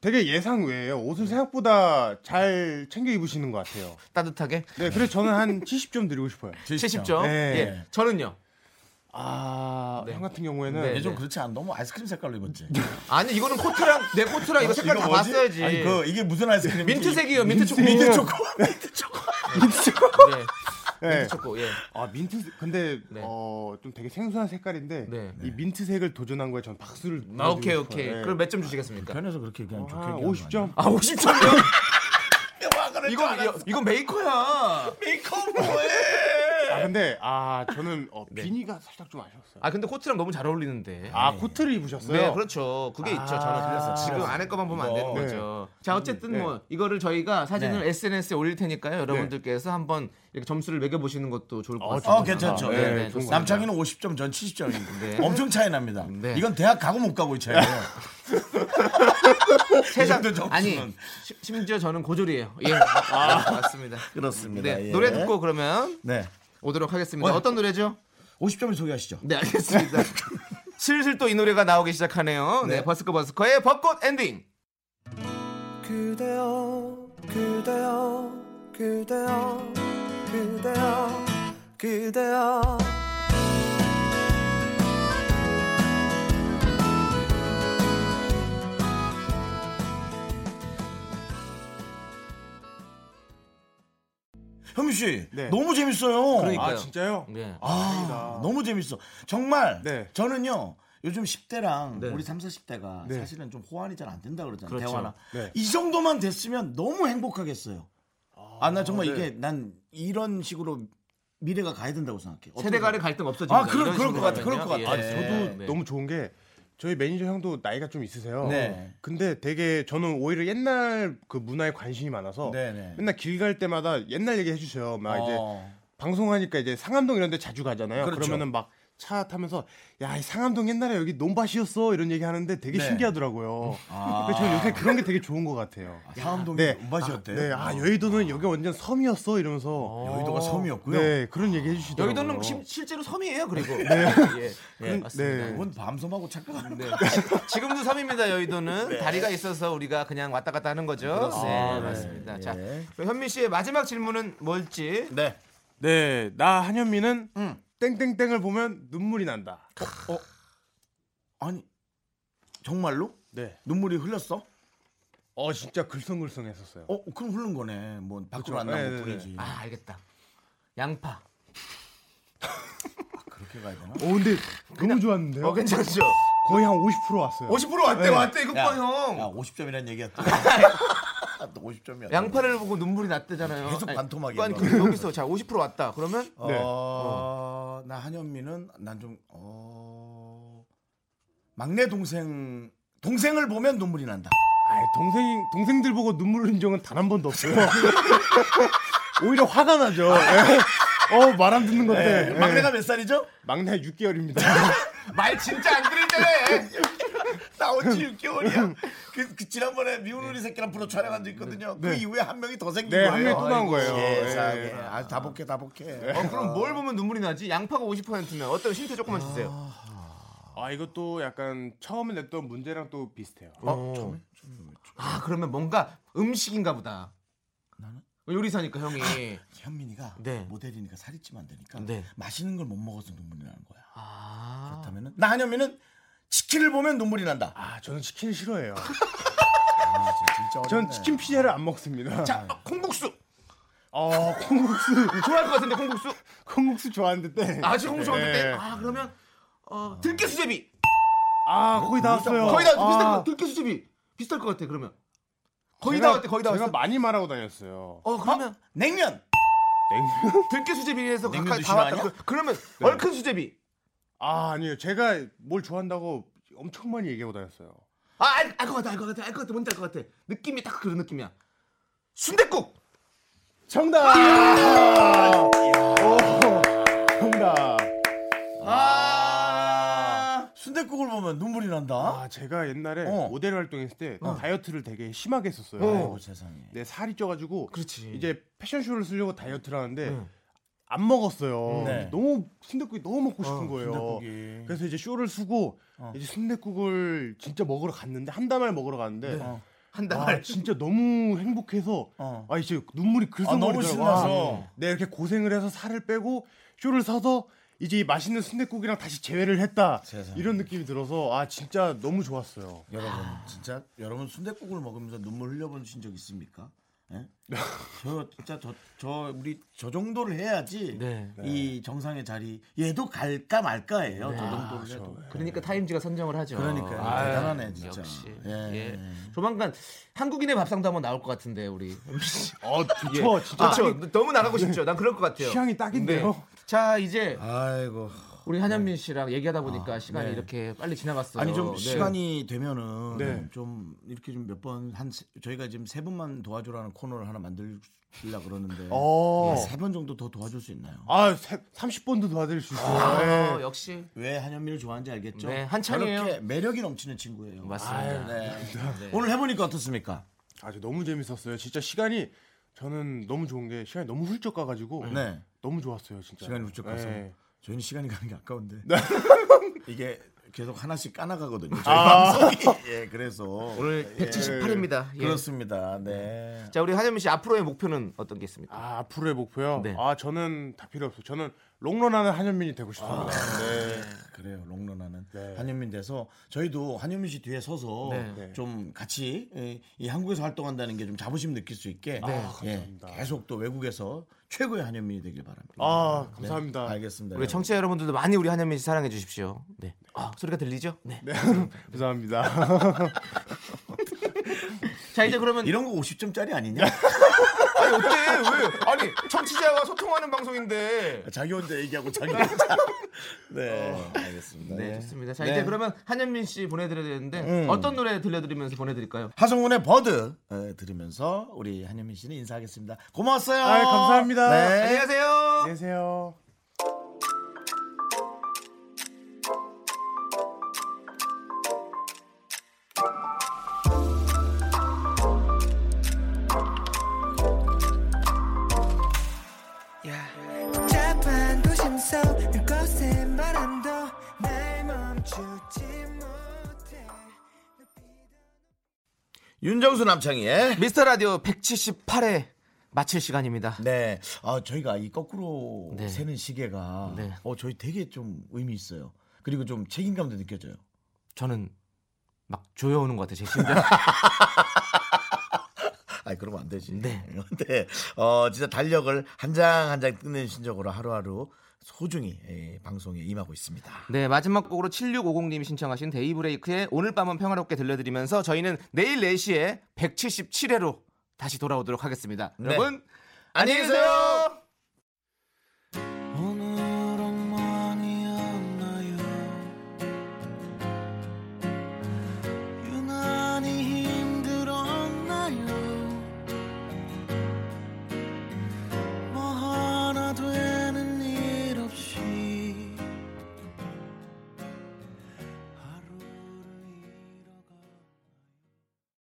되게 예상 외예요. 옷을 생각보다 잘 챙겨 입으시는 것 같아요. 따뜻하게 네, 그래서 저는 한 70점 드리고 싶어요. 70점. 네. 예. 저는요. 아, 네. 형 같은 경우에는 네. 예전 그렇지 않아. 너무 아이스크림 색깔로 입었지. 아니 이거는 코트랑 내 코트랑 아, 이거 색깔 이거 다 뭐지? 봤어야지. 아니, 그 이게 무슨 아이스크림? 민트색이에요. 민트 초코. 민트 초코. 민트 초코. 네. 네. 민트 초코. 예. 아, 민트 근데 네. 어, 좀 되게 생소한 색깔인데 네. 이 민트색을 도전한 거에 전 박수를 아, 보내드리고 오케이 싶어요. 오케이. 네. 그럼 몇 점 주시겠습니까? 변해서 그렇게 그냥 좋게 한 얘기하는 거 50점. 아 50점이요? 아니야? 이건 여- 이건 메이커야. 메이크업 뭐해? 아, 근데 아, 저는 어, 비니가 살짝 좀 아쉬웠어요. 아 근데 코트랑 너무 잘 어울리는데. 아, 코트를 입으셨어요? 네, 그렇죠. 그게 있죠. 저는 틀렸어, 지금 틀렸어. 안에 것만 보면 안 되는 네. 거죠. 자, 어쨌든 뭐 이거를 저희가 사진을 SNS에 올릴 테니까요. 여러분들께서 한번 이렇게 점수를 매겨 보시는 것도 좋을 것 같습니다. 어 괜찮죠. 네, 네, 네, 좋습니다. 남창이는 50점, 전 70점인데 네. 엄청 차이 납니다. 네. 이건 대학 가고 못 가고의 차이예요. 세상 정도 점수는. 아니 시- 심지어 저는 고졸이에요. 예, 아, 맞습니다. 그렇습니다. 네, 예. 노래 듣고 그러면 네. 오도록 하겠습니다. 어떤 노래죠? 50점을 소개하시죠. 네, 알겠습니다. 슬슬 또 이 노래가 나오기 시작하네요. 네, 네. 버스커 버스커의 벚꽃 엔딩. 그대여 네. 그대여 그대여 그대여 그대여 현미 씨, 네. 너무 재밌어요. 그러니까요. 아, 진짜요? 네. 아, 너무 재밌어. 정말 네. 저는요. 요즘 10대랑 네. 우리 3, 40대가 네. 사실은 좀 호환이 잘 안 된다 그러잖아요. 그렇죠. 대화나. 네. 이 정도만 됐으면 너무 행복하겠어요. 아, 나 정말 이게 난 이런 식으로 미래가 가야 된다고 생각해. 어떤 세대 간의 생각? 갈등 없어집니다. 아, 그럴- 이런 그럴 식으로 것 같아, 하면요. 그럴 것 같아. 예. 저도 네. 너무 좋은 게 저희 매니저 형도 나이가 좀 있으세요. 네. 근데 되게 저는 오히려 옛날 그 문화에 관심이 많아서 네네. 맨날 길 갈 때마다 옛날 얘기 해주셔요. 막 아, 이제 어. 방송하니까 이제 상암동 이런 데 자주 가잖아요. 그 그렇죠. 러면은 막 차 타면서 야, 이 상암동 옛날에 여기 논밭이었어 이런 얘기 하는데 되게 네. 신기하더라고요. 그래서 저는 요새 그런 게 되게 좋은 것 같아요. 사암동이 네. 운밭이었대요. 네, 아 여의도는 여기 완전 섬이었어 이러면서 어. 여의도가 섬이었고요. 네 그런 얘기 해주시더라고요. 여의도는 심- 실제로 섬이에요. 그리고 네. 예. 그, 예, 맞습니다. 네. 뭔 밤섬하고 착각하는 네. 지금도 섬입니다. 여의도는 네. 다리가 있어서 우리가 그냥 왔다 갔다 하는 거죠. 아, 네, 맞습니다. 자, 그럼 현민 씨의 마지막 질문은 뭘지? 네. 네, 나 한현민은 땡땡땡을 보면 눈물이 난다. 아니 정말로? 네. 눈물이 흘렸어? 어 진짜 글썽글썽했었어요. 어 그럼 흐른 거네. 뭐 밖으로 안 그렇죠. 나온 네, 뿐이지. 아, 아, 알겠다. 양파. 그렇게 가야 되나? 어 근데 너무 좋았는데요. 어, 괜찮죠? 거의 한 50% 왔어요. 50% 왔대, 왔대. 이거 봐, 네. 야 형. 50점이란 얘기야 또. 또 50점이야. 양파를 보고 눈물이 났대잖아요. 계속 아니, 반토막이야, 또 아니, 너. 근데 여기서 자, 50% 왔다. 그러면 어, 네. 나 한현민은 난 좀 어. 막내 동생 동생을 보면 눈물이 난다. 아이, 동생 동생들 보고 눈물 흘린 적은 단 한 번도 없어요. 오히려 화가 나죠. 예. 어말 안 듣는 건데. 예. 네. 막내가 몇 살이죠? 막내 6개월입니다. 말 진짜 안 들을 때래. 나온 지 6개월이야. 그, 그 지난번에 미운 우리 새끼랑 프로 촬영한 적 있거든요. 그 이후에 한 명이 더 생긴 네, 거예요. 한 명이 또 나온 거예요. 네. 세상에. 예. 아주 다복해, 다복해. 어, 그럼 뭘 보면 눈물이 나지? 양파가 50%면 어떤 힌트 조금만 주세요. 아 이것도 약간 처음에 냈던 문제랑 또 비슷해요. 어, 아, 그러면 뭔가 음식인가 보다. 어, 요리사니까 형이. 현민이가 네. 모델이니까 살이 찌면 안 되니까 네. 맛있는 걸 못 먹어서 눈물이 나는 거야. 아. 그렇다면은 나 한현민은 치킨을 보면 눈물이 난다. 아, 아 저는 치킨 싫어해요. 진짜 어렵네. 전 치킨 피자를 안 먹습니다. 자, 어, 콩국수. 어 콩국수 좋아할 것 같은데 콩국수? 콩국수 좋아하는데 아직 콩국수 네. 없는데. 아, 그러면 어, 들깨 수제비. 아 거의 다 왔어요. 거의 다 아, 비슷한 거. 들깨 수제비. 비슷할 것 같아. 그러면. 거의 제가- 다 왔대. 거의 다 왔어. 제가 많이 말하고 다녔어요. 어, 그러면 냉면. 냉면? 들깨 수제비에서 냉면도 네. 가까이 다 싫어하냐? 왔다. 그- 그러면 얼큰 수제비. 아 아니에요. 제가 뭘 좋아한다고 엄청 많이 얘기하고 다녔어요. 아, 알 것 같아. 알 것 같아. 알 것 같아. 뭔지 알 것 같아. 느낌이 딱 그런 느낌이야. 순댓국. 아, 정답. 오, 정답. 그걸 아, 보면 눈물이 난다. 아 제가 옛날에 어. 모델 활동했을 때 다이어트를 되게 심하게 했었어요. 아이고 세상에. 내 살이 쪄가지고 이제 패션쇼를 쓰려고 다이어트를 하는데 안 먹었어요. 네. 어, 너무 순대국이 너무 먹고 싶은 거예요. 순댓국이. 어. 그래서 이제 쇼를 쓰고 이제 순대국을 진짜 먹으러 갔는데 한 다발 먹으러 갔는데 어. 한 아, 달. 진짜 너무 행복해서 어. 아 이제 눈물이 글썽 아, 너무 거리더라고요. 신나서. 아, 내가 이렇게 고생을 해서 살을 빼고 쇼를 사서 이제 이 맛있는 순대국이랑 다시 재회를 했다 세상에. 이런 느낌이 들어서 아 진짜 너무 좋았어요. 여러분 진짜 여러분 순대국을 먹으면서 눈물 흘려보신 적 있습니까? 예? 저 진짜 저, 저 우리 저 정도를 해야지 이 정상의 자리 얘도 갈까 말까예요. 네. 아, 저 정도를 해도. 그러니까 타임즈가 선정을 하죠. 아, 그러니까요. 대단하네, 진짜. 역시. 예. 예. 조만간 한국인의 밥상도 한번 나올 것 같은데 우리. 어 좋죠 진짜 아, 그렇죠. 너무 나가고 싶죠. 난 그럴 것 같아요. 취향이 딱인데요. 자 이제 아이고 우리 한현민 씨랑 얘기하다 보니까 시간이 이렇게 빨리 지나갔어요. 아니 좀 네. 시간이 되면은 네. 좀 이렇게 좀 몇 번 한 저희가 지금 세 번만 도와주라는 코너를 하나 만들려 그러는데 어. 세 번 정도 더 도와줄 수 있나요? 아, 세- 30번도 도와드릴 수 있어요. 아. 네. 어, 역시 왜 한현민을 좋아하는지 알겠죠? 네, 한창이에요. 저렇게 매력이 넘치는 친구예요. 맞습니다. 네. 오늘 해보니까 어떻습니까? 아주 너무 재밌었어요. 진짜 시간이 저는 너무 좋은 게 시간이 너무 훌쩍 가가지고 네. 너무 좋았어요 진짜. 시간이 훌쩍 가서 네. 저희는 시간이 가는 게 아까운데 이게 계속 하나씩 까나가거든요. 저희 방송이 예 그래서 오늘 예. 178입니다. 그렇습니다. 네. 자 우리 한현민 씨 앞으로의 목표는 어떤 게 있습니까? 아 앞으로의 목표요. 네. 아 저는 다 필요 없어요. 저는 롱런하는 한현민이 되고 싶습니다. 네. 그래요 롱런하는 네. 한현민 돼서 저희도 한현민 씨 뒤에 서서 네. 좀 같이 예, 이 한국에서 활동한다는 게 좀 자부심 느낄 수 네, 있게 아, 예, 계속 또 외국에서 최고의 한현민이 되길 바랍니다. 아 감사합니다. 네. 알겠습니다. 우리 청취자 여러분들도 많이 우리 한현민 씨 사랑해 주십시오. 네. 아, 소리가 들리죠? 네. 감사합니다. 자 이제 그러면 이런 거 50점짜리 아니냐? 아니 어때? 왜? 아니 청취자와 소통하는 방송인데. 자기 혼자 얘기하고 자기 혼자. 네, 알겠습니다. 네, 좋습니다. 자 네. 음. 이제 그러면 한현민 씨 보내드려야 되는데 어떤 노래 들려드리면서 보내드릴까요? 하성운의 버드 어, 들으면서 우리 한현민 씨는 인사하겠습니다. 고마웠어요. 아 감사합니다. 네. 안녕하세요. 안녕히 계세요. 복잡한 도심 속 거센 바람도 날 멈추지 못해 윤정수 남창희의 미스터 라디오 178회 마칠 시간입니다. 네. 아, 저희가 이 거꾸로 네. 세는 시계가 네. 어, 저희 되게 좀 의미 있어요. 그리고 좀 책임감도 느껴져요. 저는 막 조여오는 것 같아요. 제 심장. 아이 그러면 안 되지. 네. 근데 어 진짜 달력을 한 장 한 장 뜯는 신적으로 하루하루 소중히 예, 방송에 임하고 있습니다. 네, 마지막 곡으로 7650님이 신청하신 데이브레이크의 오늘 밤은 평화롭게 들려드리면서 저희는 내일 4시에 177회로 다시 돌아오도록 하겠습니다. 네. 여러분, 안녕히 안녕히 계세요. 계세요.